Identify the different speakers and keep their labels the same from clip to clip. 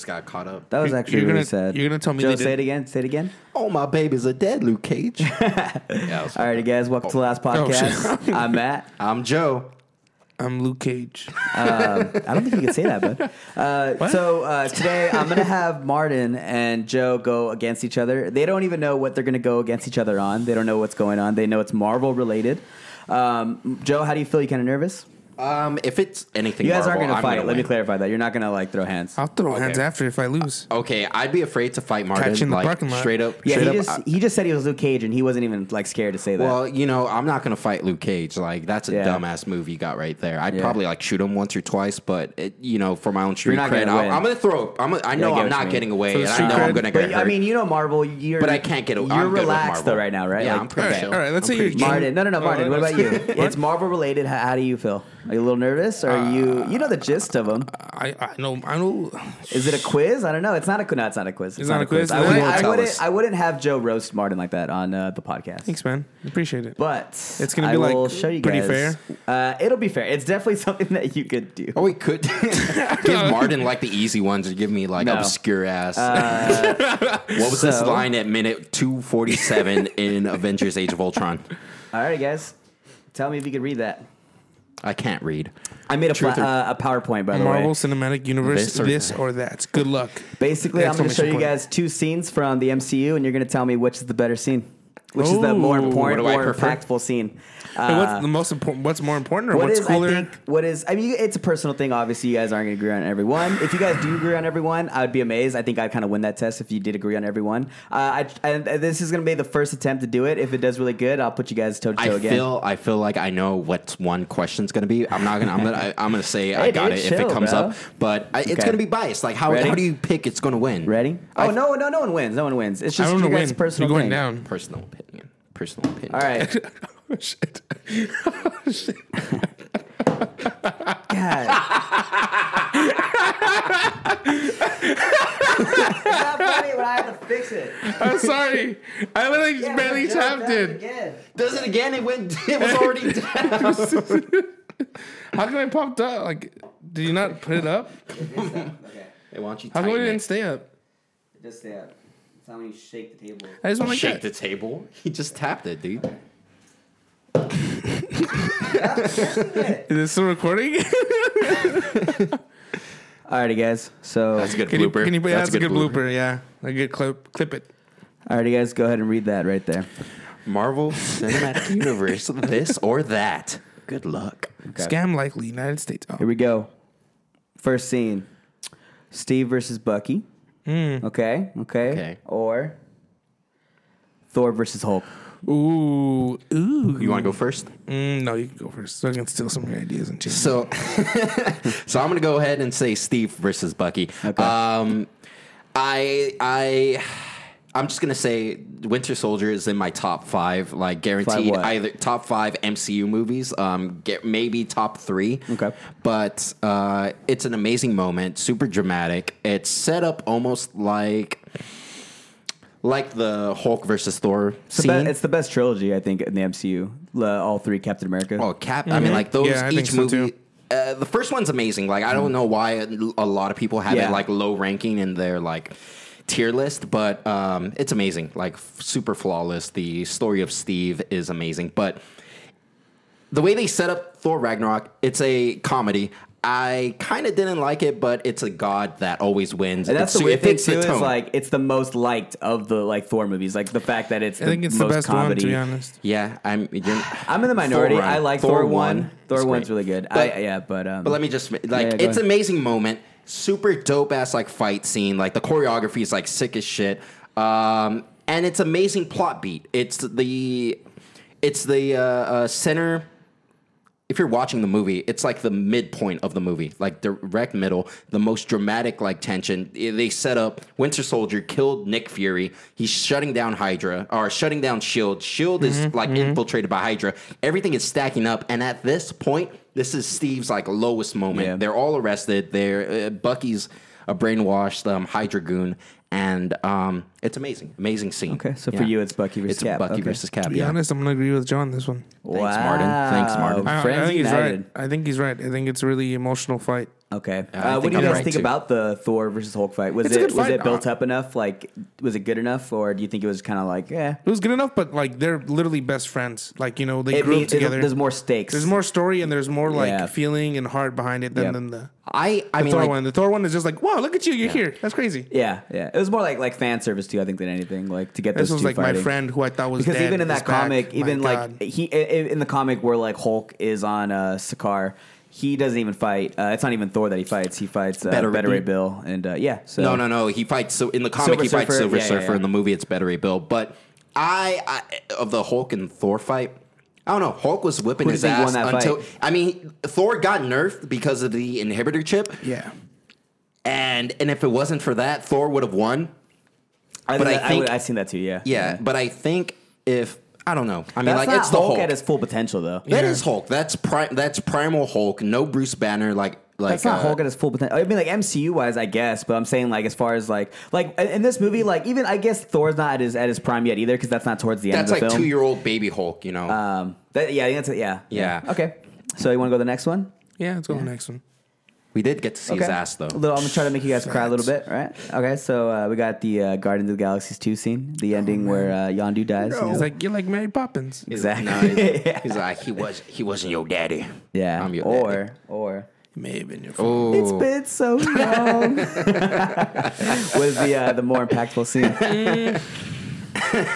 Speaker 1: just got caught up.
Speaker 2: That was
Speaker 3: You're-
Speaker 2: actually
Speaker 3: you're
Speaker 2: really
Speaker 3: gonna-
Speaker 2: sad.
Speaker 3: you're gonna tell me
Speaker 2: Joe,
Speaker 3: they
Speaker 2: say
Speaker 3: did-
Speaker 2: it again. Say it again.
Speaker 1: Oh, my babies are dead, Luke Cage. yeah, I was-
Speaker 2: All right, guys. Welcome to the last
Speaker 3: Oh,
Speaker 2: podcast. I'm Matt.
Speaker 1: I'm Joe.
Speaker 3: I'm Luke Cage.
Speaker 2: Um, I don't think you can say that, bud. Uh, so uh, today I'm gonna have Martin and Joe go against each other. They don't even know what they're gonna go against each other on. They don't know what's going on. They know it's Marvel related. Um, Joe, how do you feel? You kind of nervous?
Speaker 1: Um, if it's anything,
Speaker 2: You guys
Speaker 1: Marvel,
Speaker 2: aren't gonna
Speaker 1: I'm
Speaker 2: fight.
Speaker 1: gonna
Speaker 2: Let me
Speaker 1: win.
Speaker 2: clarify that. You're not gonna like throw hands.
Speaker 3: I'll throw hands after if I lose.
Speaker 1: Okay, I'd be afraid to fight Martin.
Speaker 3: Catch you in the
Speaker 1: like
Speaker 3: parking lot.
Speaker 1: straight up.
Speaker 2: yeah,
Speaker 1: straight
Speaker 2: he
Speaker 1: up,
Speaker 2: just
Speaker 1: I-
Speaker 2: he just said he was Luke Cage, and he wasn't even like scared to say that.
Speaker 1: well, you know, I'm not gonna fight Luke Cage. Like that's a
Speaker 2: Yeah.
Speaker 1: dumbass move you got right there. I'd
Speaker 2: Yeah.
Speaker 1: probably like shoot him once or twice, but it, you know, for my own street
Speaker 2: not
Speaker 1: cred,
Speaker 2: gonna
Speaker 1: I'll-
Speaker 2: win.
Speaker 1: I'm gonna throw. I'm, I
Speaker 2: I
Speaker 1: know
Speaker 2: get what
Speaker 1: I'm
Speaker 2: you
Speaker 1: not
Speaker 2: mean.
Speaker 1: getting away,
Speaker 3: For the
Speaker 1: and I
Speaker 3: street
Speaker 1: know I'm
Speaker 3: cred,
Speaker 1: gonna get
Speaker 2: But I
Speaker 1: hurt.
Speaker 2: mean, you know Marvel. You're,
Speaker 1: But I can't get. a-
Speaker 2: You're
Speaker 1: I'm good with
Speaker 2: relaxed though
Speaker 1: Marvel.
Speaker 2: right now, right?
Speaker 1: Yeah,
Speaker 2: Like,
Speaker 1: I'm pretty
Speaker 3: Alright,
Speaker 1: chill.
Speaker 3: alright, let's
Speaker 1: I'm
Speaker 3: say you're
Speaker 1: pretty chill.
Speaker 2: Martin, no, no, no,
Speaker 3: Oh,
Speaker 2: Martin. what
Speaker 3: that's
Speaker 2: about you?
Speaker 3: good.
Speaker 2: It's Marvel related. How, how do you feel? Are you a little nervous? Or are you
Speaker 1: Uh,
Speaker 2: you know the gist of them?
Speaker 3: I, I know I know.
Speaker 2: Is it a quiz? I don't know. It's not a quiz. No, it's not a quiz. It's,
Speaker 3: not a quiz?
Speaker 2: I
Speaker 3: Then
Speaker 2: wouldn't,
Speaker 3: you won't
Speaker 2: I,
Speaker 1: tell
Speaker 2: wouldn't,
Speaker 1: us.
Speaker 2: I wouldn't have Joe roast Martin like that on uh, the podcast.
Speaker 3: Thanks, man. Appreciate it.
Speaker 2: But
Speaker 3: It's gonna
Speaker 2: I
Speaker 3: be, like,
Speaker 2: will show you
Speaker 3: pretty
Speaker 2: guys.
Speaker 3: fair.
Speaker 2: Uh, it'll be fair. It's definitely something that you could do.
Speaker 1: Oh, we could give Martin like the easy ones or give me like
Speaker 2: No. Uh,
Speaker 1: obscure ass. what was this
Speaker 2: so-
Speaker 1: line at minute 247 in Avengers Age of Ultron?
Speaker 2: All right, guys. Tell me if you could read that.
Speaker 1: I can't read.
Speaker 2: I made a, pla-
Speaker 1: Truth or-
Speaker 2: uh, a PowerPoint by the way.
Speaker 3: Marvel Cinematic Universe,
Speaker 1: This
Speaker 3: this
Speaker 1: or
Speaker 3: or, that. Good luck.
Speaker 2: Basically, I'm going to show
Speaker 3: Exclamation
Speaker 2: you
Speaker 3: point.
Speaker 2: guys two scenes from the MCU, and you're going to tell me which is the better scene, which is the more
Speaker 3: Ooh.
Speaker 2: important,
Speaker 1: What do I
Speaker 2: more
Speaker 1: prefer?
Speaker 2: impactful scene.
Speaker 3: Hey,
Speaker 2: Uh,
Speaker 3: what's the most important? What's more important, or
Speaker 2: what
Speaker 3: what's
Speaker 2: is,
Speaker 3: cooler?
Speaker 2: I think, what is, I mean, it's a personal thing. Obviously, you guys aren't going to agree on everyone. If you guys do agree on everyone, I would be amazed. I think I kind of win that test if you did agree on everyone. Uh, I, I, this is going to be the first attempt to do it. If it does really good, I'll put you guys toe to toe
Speaker 1: I
Speaker 2: again.
Speaker 1: feel I feel like I know what one question's gonna be. I'm not gonna I'm gonna I, I'm gonna say I
Speaker 2: Hey,
Speaker 1: got
Speaker 2: dude,
Speaker 1: it if
Speaker 2: chill,
Speaker 1: it comes
Speaker 2: bro.
Speaker 1: up, but I, it's
Speaker 2: Okay.
Speaker 1: gonna be biased. Like how,
Speaker 2: Ready?
Speaker 1: how do you pick it's gonna win?
Speaker 2: Ready?
Speaker 1: I-
Speaker 2: Oh, no, no, no one wins. No one wins. It's
Speaker 3: I
Speaker 2: just
Speaker 3: don't know
Speaker 2: your
Speaker 3: when.
Speaker 2: guys'
Speaker 3: You're
Speaker 2: personal
Speaker 3: going
Speaker 2: thing.
Speaker 3: down.
Speaker 1: Personal opinion. Personal opinion.
Speaker 2: All right.
Speaker 3: Oh, shit. Oh,
Speaker 2: God. it's not funny when I have to fix it.
Speaker 3: I'm sorry. I literally just barely
Speaker 2: Joe,
Speaker 3: tapped
Speaker 2: do
Speaker 3: it.
Speaker 2: again.
Speaker 1: Does it again? It went. It was already down.
Speaker 3: How can I popped up? Like, did you not put it up?
Speaker 2: Okay,
Speaker 1: Hey, why don't you
Speaker 3: How come it
Speaker 1: tighten
Speaker 3: didn't
Speaker 1: it?
Speaker 3: stay up?
Speaker 2: just stay up. It's not when you shake the table.
Speaker 3: I just went like
Speaker 1: Shake
Speaker 3: that.
Speaker 1: the table. He just tapped it, dude.
Speaker 3: Is this still recording?
Speaker 2: Alrighty, guys. So,
Speaker 1: That's a good
Speaker 3: can you,
Speaker 1: blooper.
Speaker 3: can you, that's, a good blooper. Yeah, a good clip. Clip it.
Speaker 2: alrighty, guys, go ahead and read that right there.
Speaker 1: Marvel Cinematic Universe, this or that. Good luck.
Speaker 3: Scam likely United States. Oh.
Speaker 2: Here we go. First scene: Steve versus Bucky.
Speaker 3: hmm.
Speaker 2: Okay, okay,
Speaker 1: Okay.
Speaker 2: Or Thor versus Hulk.
Speaker 3: Ooh, ooh.
Speaker 1: You want to go first?
Speaker 3: Mm, no, you can go first. So I can steal some of your ideas and change.
Speaker 1: So, so I'm gonna go ahead and say Steve versus Bucky.
Speaker 2: Okay.
Speaker 1: Um, I I. I'm just gonna say Winter Soldier is in my top five, like guaranteed
Speaker 2: what?
Speaker 1: either top five MCU movies, um, get maybe top three.
Speaker 2: Okay.
Speaker 1: but uh, it's an amazing moment, super dramatic. It's set up almost like like the Hulk versus Thor
Speaker 2: It's the,
Speaker 1: scene.
Speaker 2: be- it's the best trilogy, I think, in the MCU. L- all three Captain America.
Speaker 1: Oh, Cap. I
Speaker 2: Mm-hmm.
Speaker 1: mean, like those
Speaker 3: Yeah, I think
Speaker 1: each
Speaker 3: so,
Speaker 1: movie.
Speaker 3: too. Mm-hmm.
Speaker 1: Uh, the first one's amazing. Like I don't know why a, a lot of people have
Speaker 2: Yeah.
Speaker 1: it like low ranking in their like tier list, but um, it's amazing. Like f- super flawless. The story of Steve is amazing, but the way they set up Thor Ragnarok, it's a comedy. I kind of didn't like it, but it's a god that always wins.
Speaker 2: And that's
Speaker 1: It's-
Speaker 2: the weird
Speaker 1: it
Speaker 2: thing
Speaker 1: fits the
Speaker 2: too. Is
Speaker 1: tone.
Speaker 2: like it's the most liked of the like Thor movies. Like the fact that it's
Speaker 3: I
Speaker 2: the
Speaker 3: think it's the
Speaker 2: most
Speaker 3: best one,
Speaker 2: comedy.
Speaker 3: to be honest.
Speaker 1: yeah, I'm. you're-
Speaker 2: I'm in the minority.
Speaker 1: Thor one.
Speaker 2: I like Thor,
Speaker 1: Thor
Speaker 2: one.
Speaker 1: one
Speaker 2: Thor
Speaker 1: is
Speaker 2: one's
Speaker 1: great.
Speaker 2: really good. I,
Speaker 1: But-
Speaker 2: yeah, but um,
Speaker 1: But let me just like
Speaker 2: yeah, go
Speaker 1: it's
Speaker 2: ahead.
Speaker 1: amazing moment, super dope ass like fight scene. Like the choreography is like sick as shit, um, and it's amazing plot beat. It's the it's the uh, uh, center. If you're watching the movie, it's like the midpoint of the movie, like direct middle, the most dramatic like tension. I- They set up Winter Soldier killed Nick Fury. He's shutting down Hydra or shutting down Shield. Shield E
Speaker 2: Mm-hmm,
Speaker 1: is like infiltrated by Hydra. Everything is stacking up, and at this point, this is Steve's like lowest moment.
Speaker 2: Yeah.
Speaker 1: They're all arrested. They're uh, Bucky's a brainwashed um, Hydra goon, and um, it's amazing, amazing scene.
Speaker 2: Okay, so for you, it's Bucky versus
Speaker 1: it's
Speaker 2: Cap.
Speaker 1: Bucky
Speaker 2: Okay.
Speaker 1: versus Cap.
Speaker 3: To be
Speaker 1: Yeah.
Speaker 3: honest, I'm gonna agree with John on this one.
Speaker 2: wow.
Speaker 1: Martin. Thanks, Martin.
Speaker 3: I, I
Speaker 2: Friends
Speaker 3: think he's
Speaker 2: united.
Speaker 3: right. I think he's right. I think it's a really emotional fight.
Speaker 2: Okay.
Speaker 1: I
Speaker 2: Uh, what
Speaker 1: think
Speaker 2: do
Speaker 1: I'm
Speaker 2: you guys
Speaker 1: right,
Speaker 2: think
Speaker 1: too.
Speaker 2: about the Thor versus Hulk fight? Was
Speaker 3: It's a
Speaker 2: it
Speaker 3: good
Speaker 2: was
Speaker 3: fight.
Speaker 2: it built up enough? Like, was it good enough, or do you think it was kind of like, eh?
Speaker 3: It was good enough, but like they're literally best friends. Like you know, they
Speaker 2: It
Speaker 3: grew
Speaker 2: means
Speaker 3: up together.
Speaker 2: there's more stakes.
Speaker 3: There's more story and there's more like
Speaker 2: Yeah.
Speaker 3: feeling and heart behind it than,
Speaker 2: Yep.
Speaker 3: than the
Speaker 1: I I mean
Speaker 3: Thor
Speaker 1: like,
Speaker 3: one. The Thor one is just like, wow, look at you, you're here. That's crazy.
Speaker 2: Yeah, yeah. It was more like like fan service too. I think than anything. Like to get
Speaker 3: This
Speaker 2: those
Speaker 3: was
Speaker 2: two
Speaker 3: like my
Speaker 2: fighting.
Speaker 3: friend who I thought was
Speaker 2: Because
Speaker 3: dead
Speaker 2: even in
Speaker 3: is
Speaker 2: that comic,
Speaker 3: back.
Speaker 2: even
Speaker 3: My
Speaker 2: like
Speaker 3: God.
Speaker 2: he i- i- in the comic where like Hulk is on uh, Sakaar, he doesn't even fight. Uh, it's not even Thor that he fights. He fights uh,
Speaker 1: Better
Speaker 2: Better,
Speaker 1: Ray
Speaker 2: Ray Bill, and uh, yeah. So
Speaker 1: No, no, no. He fights so in the comic
Speaker 2: Silver
Speaker 1: he fights
Speaker 2: Surfer?
Speaker 1: Silver
Speaker 2: Yeah, yeah,
Speaker 1: Surfer.
Speaker 2: yeah.
Speaker 1: In the movie, it's Better Ray Bill. But I, I of the Hulk and Thor fight. I don't know. Hulk was whipping
Speaker 2: Who do
Speaker 1: his
Speaker 2: you think won
Speaker 1: ass
Speaker 2: that
Speaker 1: until
Speaker 2: fight?
Speaker 1: I mean Thor got nerfed because of the inhibitor chip,
Speaker 3: yeah,
Speaker 1: and and if it wasn't for that, Thor would have won.
Speaker 2: I
Speaker 1: but
Speaker 2: think
Speaker 1: I
Speaker 2: that- I
Speaker 1: think-
Speaker 2: would- I've seen that too. Yeah,
Speaker 1: Yeah, but I think if I don't know. I mean,
Speaker 2: That's
Speaker 1: like
Speaker 2: not
Speaker 1: it's the
Speaker 2: Hulk,
Speaker 1: Hulk.
Speaker 2: at his full potential though.
Speaker 1: That
Speaker 3: Yeah.
Speaker 1: is Hulk. That's prime. That's primal Hulk. No Bruce Banner. Like like
Speaker 2: That's not
Speaker 1: uh,
Speaker 2: Hulk at his full potential. I mean, like MCU wise, I guess, but I'm saying like as far as like like in- in this movie, like even I guess Thor's not at his at his prime yet either because that's not towards the end
Speaker 1: That's
Speaker 2: of the
Speaker 1: like
Speaker 2: film.
Speaker 1: two year old baby Hulk. You know.
Speaker 2: um, that, yeah, I think that's it. Yeah,
Speaker 1: Yeah.
Speaker 2: Okay, so you want to go to the next one?
Speaker 3: yeah. Let's go to the next one.
Speaker 1: we did get to see his ass though.
Speaker 2: A little- I'm gonna try to make you guys cry a little bit, all right? Okay, so uh, we got the uh, Guardians of the Galaxies two scene, the ending where uh, Yondu dies. you know?
Speaker 3: Oh, He's like, you're like Mary Poppins.
Speaker 1: He's-
Speaker 2: Exactly.
Speaker 1: no, he's, he's like he was. He wasn't your daddy.
Speaker 2: yeah,
Speaker 1: I'm your
Speaker 2: or
Speaker 1: daddy.
Speaker 2: or
Speaker 3: Maybe in your
Speaker 1: Ooh.
Speaker 2: it's been so long was the uh, the more impactful scene.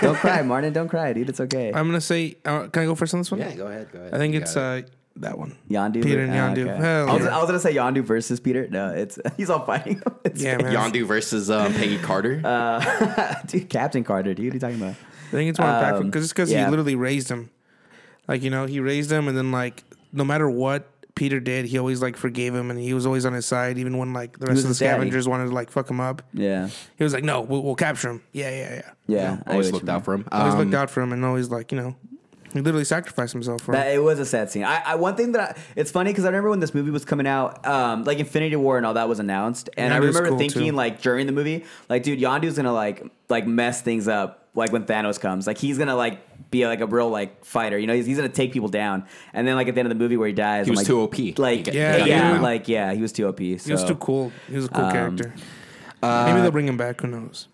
Speaker 2: don't cry, Martin. Don't cry, dude. It's okay.
Speaker 3: I'm gonna say, uh, can I go first on this one?
Speaker 1: Yeah, go ahead. Go ahead.
Speaker 3: I think
Speaker 1: You
Speaker 3: it's
Speaker 1: got it.
Speaker 3: uh, that one.
Speaker 2: Yondu,
Speaker 3: Peter and
Speaker 2: Ah,
Speaker 3: Yondu.
Speaker 2: okay.
Speaker 3: Hell
Speaker 2: I, was,
Speaker 3: yeah.
Speaker 2: I was gonna say Yondu versus Peter. No, it's he's all fighting. him. It's
Speaker 3: Yeah, man.
Speaker 1: Yondu versus um, Peggy Carter.
Speaker 2: Uh, dude, Captain Carter, dude. What are you talking about?
Speaker 3: I think it's more impactful
Speaker 2: Um,
Speaker 3: because it's because
Speaker 2: yeah.
Speaker 3: he literally raised him. Like you know, he raised him, and then like no matter what Peter did, he always like forgave him, and he was always on his side, even when like the rest
Speaker 2: was
Speaker 3: of the
Speaker 2: his daddy.
Speaker 3: scavengers wanted to like fuck him up.
Speaker 2: Yeah,
Speaker 3: He was like, "No, we'll, we'll capture him." Yeah, yeah, yeah.
Speaker 2: yeah. I
Speaker 1: always
Speaker 2: get what
Speaker 1: looked
Speaker 2: you mean.
Speaker 1: out for him.
Speaker 3: Always
Speaker 1: Um,
Speaker 3: looked out for him, and always like you know, he literally sacrificed himself for him.
Speaker 2: That, it was a sad scene. I, I one thing that I, it's funny because I remember when this movie was coming out, um, like Infinity War and all that was announced, and I
Speaker 3: Yondu's
Speaker 2: remember
Speaker 3: cool,
Speaker 2: thinking
Speaker 3: too.
Speaker 2: like during the movie, like dude, Yondu's gonna like like mess things up, like when Thanos comes, like he's gonna like be like a real like fighter, you know, he's, he's gonna take people down, and then like at the end of the movie where he dies,
Speaker 1: He
Speaker 2: I'm
Speaker 1: was
Speaker 2: like,
Speaker 1: too OP.
Speaker 2: like
Speaker 1: He
Speaker 3: got-
Speaker 2: yeah,
Speaker 3: he got beat out.
Speaker 2: like yeah, he was too OP. So.
Speaker 3: He was too cool. He was a cool
Speaker 2: um,
Speaker 3: character. Maybe they'll bring him back. Who knows?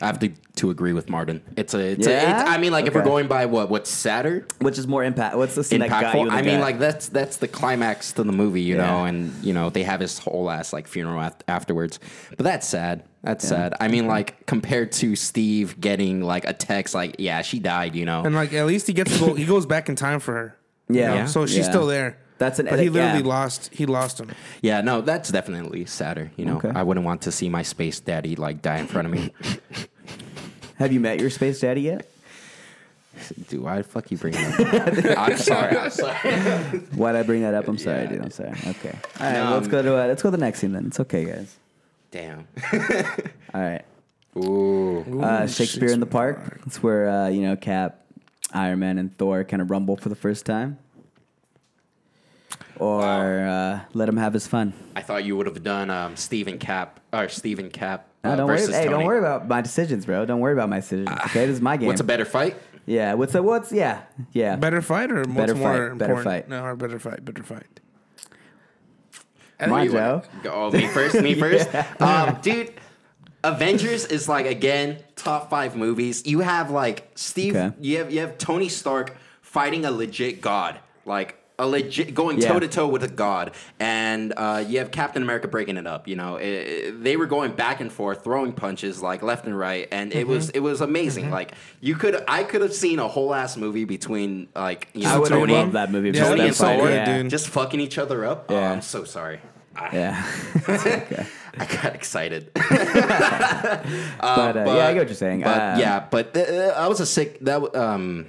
Speaker 1: I have to, to agree with Martin. It's a. It's a
Speaker 2: Yeah?
Speaker 1: it's, I mean, like if we're
Speaker 2: Okay.
Speaker 1: going by what what's sadder,
Speaker 2: Which is more impact? What's the scene that got you?
Speaker 1: impactful.
Speaker 2: in the
Speaker 1: I mean,
Speaker 2: gut?
Speaker 1: like that's that's the climax to the movie, you
Speaker 2: Yeah.
Speaker 1: know, and you know they have his whole ass like funeral af- afterwards. But that's sad. That's sad. I mean, like compared to Steve getting like a text like, yeah, she died, you know.
Speaker 3: And like at least he gets to go. he goes back in time for her.
Speaker 2: Yeah.
Speaker 3: know? So she's
Speaker 2: Yeah.
Speaker 3: still there.
Speaker 2: That's an
Speaker 3: But he
Speaker 2: edit- yeah.
Speaker 3: literally lost. He lost him.
Speaker 1: Yeah, no, that's definitely sadder. You know,
Speaker 2: Okay.
Speaker 1: I wouldn't want to see my space daddy like die in front of me.
Speaker 2: have you met your space daddy yet?
Speaker 1: Dude, why the fuck you bring that? up? I'm sorry. I'm sorry.
Speaker 2: Why'd I bring that up? I'm sorry, dude. I'm sorry. Okay. All right,
Speaker 1: No,
Speaker 2: let's
Speaker 1: I'm-
Speaker 2: go to uh, let's go to the next scene then. It's okay, guys.
Speaker 1: Damn.
Speaker 2: All right.
Speaker 1: Ooh.
Speaker 2: Uh, Shakespeare in the Park. It's where uh, you know Cap, Iron Man, and Thor kind of rumble for the first time. Or uh, let him have his fun.
Speaker 1: I thought you would have done um, Stephen Cap or Stephen Cap
Speaker 2: No,
Speaker 1: uh,
Speaker 2: don't worry.
Speaker 1: versus
Speaker 2: Hey,
Speaker 1: Tony. Ah,
Speaker 2: don't worry about my decisions, bro. Don't worry about my decisions. Okay, this is my game.
Speaker 1: What's a better fight?
Speaker 2: yeah. What's a what's yeah yeah.
Speaker 3: Better fight or what's
Speaker 2: Better
Speaker 3: more
Speaker 2: fight,
Speaker 3: important?
Speaker 2: better fight.
Speaker 3: No, or better fight. Better fight.
Speaker 1: I think
Speaker 2: Mine,
Speaker 1: you wanna
Speaker 2: Joe.
Speaker 1: go- Oh, me first, me first. um, dude, Avengers is like again top five movies. You have like Steve,
Speaker 2: Okay.
Speaker 1: you have you have Tony Stark fighting a legit god, like a legit going
Speaker 2: Yeah.
Speaker 1: toe to toe with a god, and uh, you have Captain America breaking it up. You know, It- it- they were going back and forth, throwing punches like left and right, and it was
Speaker 2: Mm-hmm.
Speaker 1: it was amazing. Like you could, I could have seen a whole ass movie between like you
Speaker 2: I
Speaker 1: know
Speaker 2: would have
Speaker 1: Tony,
Speaker 2: loved that movie. if
Speaker 3: Yeah,
Speaker 2: it was
Speaker 1: Tony
Speaker 3: that'd
Speaker 1: and
Speaker 2: that fight.
Speaker 1: Thor
Speaker 2: Yeah.
Speaker 3: dude.
Speaker 1: just fucking each other up. Oh,
Speaker 2: Yeah.
Speaker 1: I'm so sorry. I,
Speaker 2: yeah.
Speaker 1: I got excited.
Speaker 2: but, uh, yeah, I get what you're saying.
Speaker 1: But
Speaker 2: Uh,
Speaker 1: yeah, but th- uh, I was a sick that. w- Um,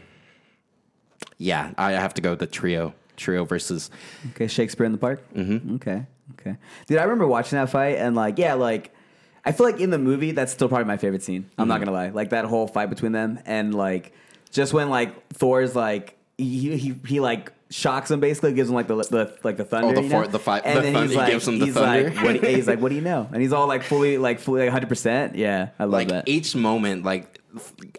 Speaker 1: yeah, I have to go with the trio. Trio versus
Speaker 2: Okay, Shakespeare in the Park. Mm-hmm. Okay, okay, dude. I remember watching that fight and like, yeah, like I feel like in the movie that's still probably my favorite scene. I'm
Speaker 1: Mm-hmm.
Speaker 2: not gonna lie, like that whole fight between them and like just when like Thor's like he he, he like shocks him basically gives him like the, the like the thunder
Speaker 1: Oh, the
Speaker 2: you know?
Speaker 1: for- the fi-
Speaker 2: and
Speaker 1: the
Speaker 2: then
Speaker 1: thunder-
Speaker 2: he's
Speaker 1: he
Speaker 2: like
Speaker 1: gives him the
Speaker 2: he's
Speaker 1: thunder.
Speaker 2: like what, do you- he's like what do you know and he's all like fully like fully like 100 percent yeah I love
Speaker 1: like
Speaker 2: that
Speaker 1: each moment, like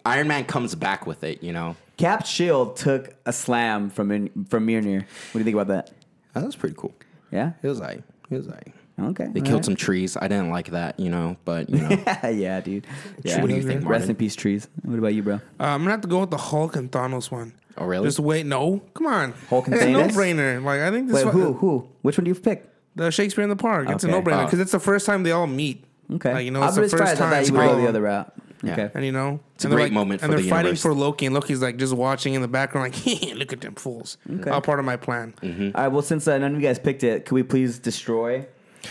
Speaker 1: Iron Man comes back with it. You know,
Speaker 2: Cap Shield took a slam from in, from Mjolnir what do you think about that
Speaker 1: that was pretty cool.
Speaker 2: Yeah.
Speaker 1: It was like it was like
Speaker 2: Okay.
Speaker 1: they killed some trees. I didn't like that, you know, but you know.
Speaker 2: some. yeah, dude. Yeah.
Speaker 1: What do you think,
Speaker 2: Rest
Speaker 1: Martin?
Speaker 2: in peace, trees. What about you, bro?
Speaker 3: Uh, I'm gonna have to go with the Hulk and Thanos one.
Speaker 1: Oh, really?
Speaker 3: Just wait. No, come on.
Speaker 2: Hulk and
Speaker 3: it's
Speaker 2: Thanos?
Speaker 3: a no-brainer. Like I think this
Speaker 2: Wait,
Speaker 3: one,
Speaker 2: who? Who? Which one do you pick?
Speaker 3: the Shakespeare in the Park. It's a
Speaker 2: Okay. Uh.
Speaker 3: no-brainer
Speaker 1: Oh.
Speaker 3: because it's the first time they all meet.
Speaker 2: Okay.
Speaker 3: Like, you know,
Speaker 2: I'm
Speaker 3: it's the
Speaker 2: surprised
Speaker 3: first time.
Speaker 2: I thought you would
Speaker 3: it's
Speaker 2: go the
Speaker 3: all-
Speaker 2: other route.
Speaker 1: Yeah.
Speaker 2: Okay.
Speaker 3: And you know, it's
Speaker 1: a great moment
Speaker 3: and
Speaker 1: for
Speaker 3: they're
Speaker 1: the
Speaker 3: fighting
Speaker 1: universe.
Speaker 3: for Loki, and Loki's like just watching in the background, like, look at them fools. All part of my plan.
Speaker 1: Mm-hmm.
Speaker 2: All right. Well, since uh, none of you guys picked it, can we please destroy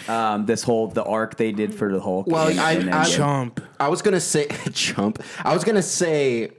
Speaker 2: um, this whole the arc they did for the Hulk?
Speaker 1: Well,
Speaker 2: and-
Speaker 1: I-
Speaker 2: and then-
Speaker 1: I-
Speaker 3: Chump.
Speaker 1: I was gonna say jump. I was gonna say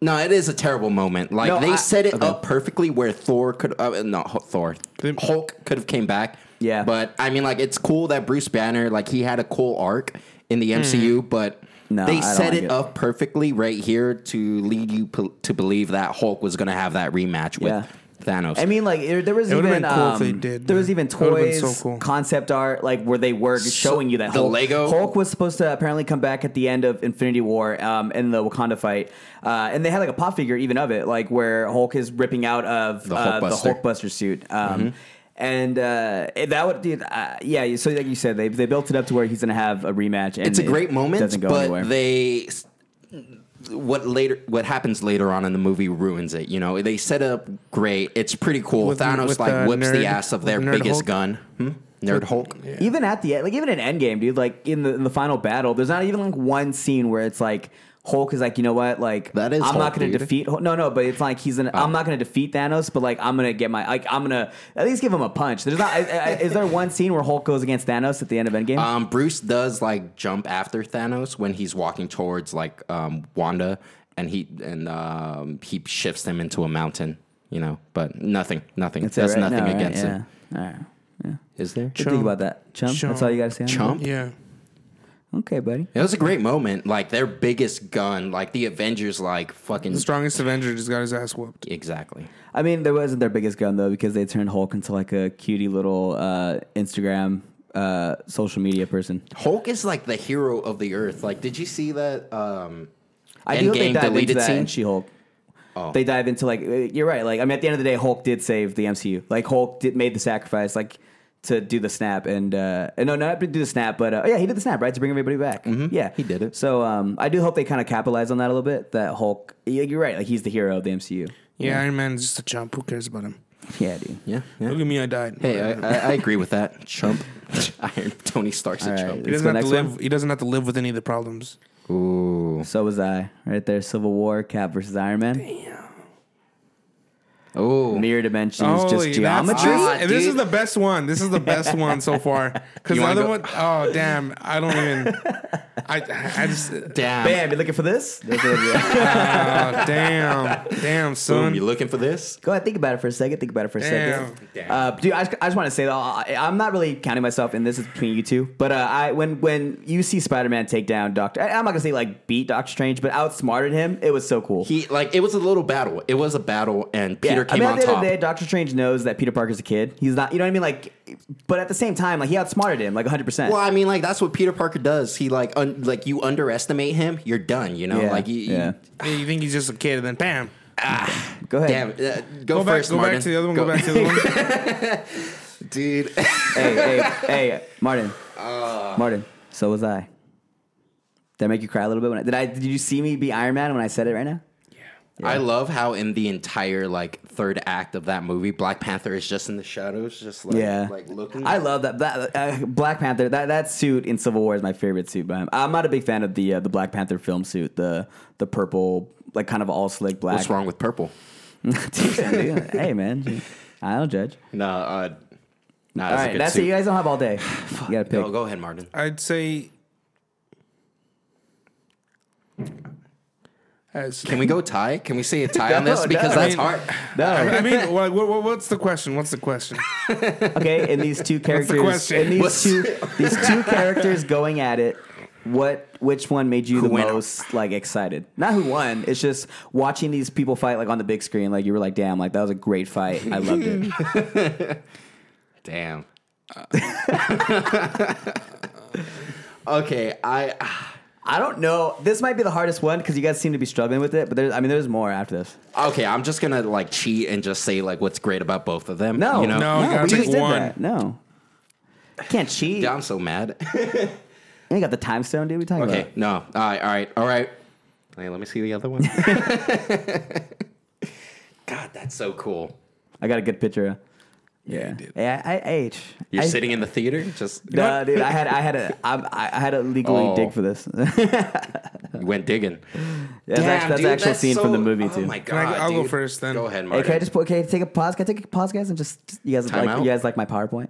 Speaker 1: no. It is a terrible moment. Like
Speaker 2: No,
Speaker 1: they
Speaker 2: I-
Speaker 1: set it
Speaker 2: okay.
Speaker 1: up perfectly where Thor could uh, not Thor
Speaker 3: They-
Speaker 1: Hulk could have came back.
Speaker 2: Yeah.
Speaker 1: but I mean, like it's cool that Bruce Banner like he had a cool arc in the MCU, but.
Speaker 2: No, I
Speaker 1: they
Speaker 2: don't
Speaker 1: set
Speaker 2: like
Speaker 1: it
Speaker 2: it.
Speaker 1: up perfectly right here to lead you p- to believe that Hulk was going to have that rematch with
Speaker 2: Yeah.
Speaker 1: Thanos.
Speaker 2: I mean, like it, there was
Speaker 3: It would've
Speaker 2: even
Speaker 3: been cool if they
Speaker 2: um,
Speaker 3: did,
Speaker 2: there
Speaker 3: man.
Speaker 2: was even
Speaker 3: That would've been
Speaker 2: toys,
Speaker 3: so cool.
Speaker 2: concept art, like where they were showing you that
Speaker 1: the
Speaker 2: Hulk.
Speaker 1: Lego?
Speaker 2: Hulk was supposed to apparently come back at the end of Infinity War um, in the Wakanda fight, uh, and they had like a pop figure even of it, like where Hulk is ripping out of
Speaker 1: The Mm-hmm.
Speaker 2: uh, the
Speaker 1: Hulkbuster.
Speaker 2: Hulkbuster suit. Um, And uh, it- that would, dude, uh, yeah. So like you said, they, they built it up to where he's gonna have a rematch. And
Speaker 1: it's a
Speaker 2: it
Speaker 1: great moment,
Speaker 2: Doesn't go
Speaker 1: but
Speaker 2: anywhere.
Speaker 1: they what later what happens later on in the movie ruins it. You know, they set up great. It's pretty cool.
Speaker 3: With-
Speaker 1: Thanos
Speaker 3: with,
Speaker 1: like
Speaker 3: uh,
Speaker 1: whips the
Speaker 3: Nerd-
Speaker 1: ass of
Speaker 3: with
Speaker 1: their
Speaker 3: Nerd
Speaker 1: biggest
Speaker 3: Hulk?
Speaker 1: gun. Hmm? Nerd Hulk.
Speaker 2: Even at the end, like even in Endgame, dude, like in the, in the final battle, there's not even like one scene where it's like Hulk is like, you know what, like
Speaker 1: That is
Speaker 2: I'm not
Speaker 1: Hulk,
Speaker 2: going
Speaker 1: dude.
Speaker 2: to defeat. Hulk. No, no, but it's like he's an. I'm not going to defeat Thanos, but like I'm going to get my. Like I'm going to at least give him a punch. There's not. I, I, is there one scene where Hulk goes against Thanos at the end of Endgame?
Speaker 1: Um, Bruce does like jump after Thanos when he's walking towards like um, Wanda, and he and um, he shifts him into a mountain. You know, but nothing, nothing.
Speaker 2: it,
Speaker 1: That's
Speaker 2: right?
Speaker 1: nothing
Speaker 2: No, right?
Speaker 1: against
Speaker 2: yeah.
Speaker 1: him.
Speaker 2: All right.
Speaker 1: Is there?
Speaker 2: Think about that, chump.
Speaker 3: Chump.
Speaker 2: That's all you got to say. on that?
Speaker 1: Chump?
Speaker 3: Yeah.
Speaker 2: Okay, buddy.
Speaker 1: It was a great moment. Like their biggest gun, like the Avengers, like fucking
Speaker 3: The strongest Avenger just got his ass whooped.
Speaker 1: exactly.
Speaker 2: I mean, there wasn't their biggest gun though because they turned Hulk into like a cutie little uh, Instagram uh, social media person.
Speaker 1: Hulk is like the hero of the earth. Like, did you see that? Um,
Speaker 2: I do hope they
Speaker 1: Endgame Oh.
Speaker 2: dive into
Speaker 1: deleted
Speaker 2: that
Speaker 1: scene?
Speaker 2: in She-Hulk. They dive into like uh, you're right. Like I mean, at the end of the day, Hulk did save the MCU. Like Hulk did made the sacrifice, like to do the snap and uh and no, not to do the snap, but uh, yeah, he did the snap right to bring everybody back. Yeah,
Speaker 1: Mm-hmm. he did it.
Speaker 2: So um, I do hope they kind of capitalize on that a little bit. That Hulk, yeah, you're right. Like he's the hero of the MCU.
Speaker 3: Yeah, Iron Man's just a chump. Who cares about him?
Speaker 2: Yeah, dude.
Speaker 1: yeah, yeah.
Speaker 3: Look at me, I died.
Speaker 1: Hey, uh, I, I, I agree with that. Chump. Iron Tony Stark's a
Speaker 2: All right.
Speaker 1: chump.
Speaker 3: he
Speaker 2: let's
Speaker 3: doesn't
Speaker 2: go
Speaker 3: have to
Speaker 2: next
Speaker 3: live.
Speaker 2: one.
Speaker 3: He doesn't have to live with any of the problems.
Speaker 1: Ooh.
Speaker 2: So was I right there. Civil War, Cap versus Iron Man.
Speaker 1: Ooh.
Speaker 2: Mirror dimensions,
Speaker 3: Holy,
Speaker 2: just
Speaker 3: that's-
Speaker 2: geometry.
Speaker 1: Ah,
Speaker 3: This, this is
Speaker 1: dude.
Speaker 3: the best one. This is the best one so far. Because
Speaker 1: You
Speaker 3: the
Speaker 1: wanna
Speaker 3: other
Speaker 1: go-
Speaker 3: one, oh damn, I don't even. I, I just, oh,
Speaker 1: Damn.
Speaker 2: Bam! You looking for this? That's what it is.
Speaker 3: damn, damn,
Speaker 1: Boom. You
Speaker 3: son.
Speaker 1: looking for this?
Speaker 2: Go ahead, think about it for a second. Think about it for a
Speaker 3: Damn.
Speaker 2: second.
Speaker 1: Damn.
Speaker 2: Uh, dude, I just, I just want to say that uh, I, I'm not really counting myself in this. It's between you two. But uh, I when when you see Spider-Man take down Doctor, I, am not gonna say like beat Doctor Strange, but outsmarted him. It was so cool.
Speaker 1: He like it was a little battle. It was a battle, and Peter
Speaker 2: I
Speaker 1: came
Speaker 2: mean,
Speaker 1: on
Speaker 2: at the
Speaker 1: top.
Speaker 2: end of the day, Doctor Strange knows that Peter Parker's a kid. He's not, you know what I mean? Like, but at the same time, like he outsmarted him, like 100. percent
Speaker 1: well, I mean, like that's what Peter Parker does. He like un- like you underestimate him, you're done. You know,
Speaker 2: Yeah,
Speaker 1: like you, you-
Speaker 2: yeah.
Speaker 3: You think he's just a kid, and then bam.
Speaker 2: Go ahead.
Speaker 1: Damn, uh, go,
Speaker 3: Go back,
Speaker 1: first,
Speaker 3: go
Speaker 1: Martin.
Speaker 3: back to the other one. Go, back to the other one.
Speaker 1: dude.
Speaker 2: Hey, hey, hey, Martin.
Speaker 1: Uh.
Speaker 2: Martin. So was I. Did I make you cry a little bit? When I, did I? Did you see me be Iron Man when I said it right now?
Speaker 1: I love how in the entire like third act of that movie, Black Panther is just in the shadows, just like
Speaker 2: yeah,
Speaker 1: like looking.
Speaker 2: I love that. that uh, Black Panther. That that suit in Civil War is my favorite suit. By him. I'm not a big fan of the uh, the Black Panther film suit. The the purple, like kind of all slick black.
Speaker 1: What's wrong with purple?
Speaker 2: Dude, hey man, I don't judge.
Speaker 1: No, uh, nah,
Speaker 2: all right, that's it. You guys don't have all day. You gotta pick.
Speaker 1: Go, go ahead, Martin.
Speaker 3: I'd say. As,
Speaker 1: Can we go tie? Can we say a tie on
Speaker 2: No,
Speaker 1: this because
Speaker 2: no.
Speaker 1: that's
Speaker 3: I
Speaker 1: hard.
Speaker 3: mean-
Speaker 2: No,
Speaker 3: I mean, what, what, what's the question? What's the question?
Speaker 2: okay. In these two
Speaker 3: the
Speaker 2: characters,
Speaker 3: question?
Speaker 2: in these
Speaker 1: What's-
Speaker 2: two these two characters going at it. What which one made you the
Speaker 1: went?
Speaker 2: most like excited? Not who won. It's just watching these people fight like on the big screen. Like you were like, damn, like that was a great fight. I loved it.
Speaker 1: Damn. Uh. okay, I
Speaker 2: I don't know. This might be the hardest one because you guys seem to be struggling with it. But there's, I mean, there's more after this.
Speaker 1: okay. I'm just gonna like cheat and just say like what's great about both of them.
Speaker 2: No,
Speaker 1: you know,
Speaker 3: No, you gotta
Speaker 2: we
Speaker 3: pick
Speaker 2: just did
Speaker 3: one.
Speaker 2: that. No, Can't cheat.
Speaker 1: Yeah, I'm so mad.
Speaker 2: You ain't got the time stone, dude. We talking
Speaker 1: okay,
Speaker 2: about?
Speaker 1: no. All right, all right, all right. Hey, let me see the other one. God, that's so cool.
Speaker 2: I got a good picture. Yeah, Hey, I, I, H.
Speaker 1: You're
Speaker 2: I-
Speaker 1: sitting in the theater, just
Speaker 2: Nah, dude. I had I had a I'm- I, I had to legally
Speaker 1: Oh.
Speaker 2: dig for this. that's act-
Speaker 1: you went digging.
Speaker 2: that's
Speaker 1: Damn,
Speaker 2: an
Speaker 1: dude,
Speaker 2: actual
Speaker 1: that's
Speaker 2: scene from the
Speaker 1: so-
Speaker 2: movie
Speaker 1: Oh
Speaker 2: too.
Speaker 1: my
Speaker 3: I
Speaker 1: god!
Speaker 3: go- I'll go
Speaker 1: dude.
Speaker 3: first then?
Speaker 1: Go ahead,
Speaker 2: Hey,
Speaker 1: Martin.
Speaker 2: can I just okay take a pause? Can I take a pause, guys? And just just- you guys
Speaker 1: Time
Speaker 2: like
Speaker 1: out?
Speaker 2: you guys like my PowerPoint?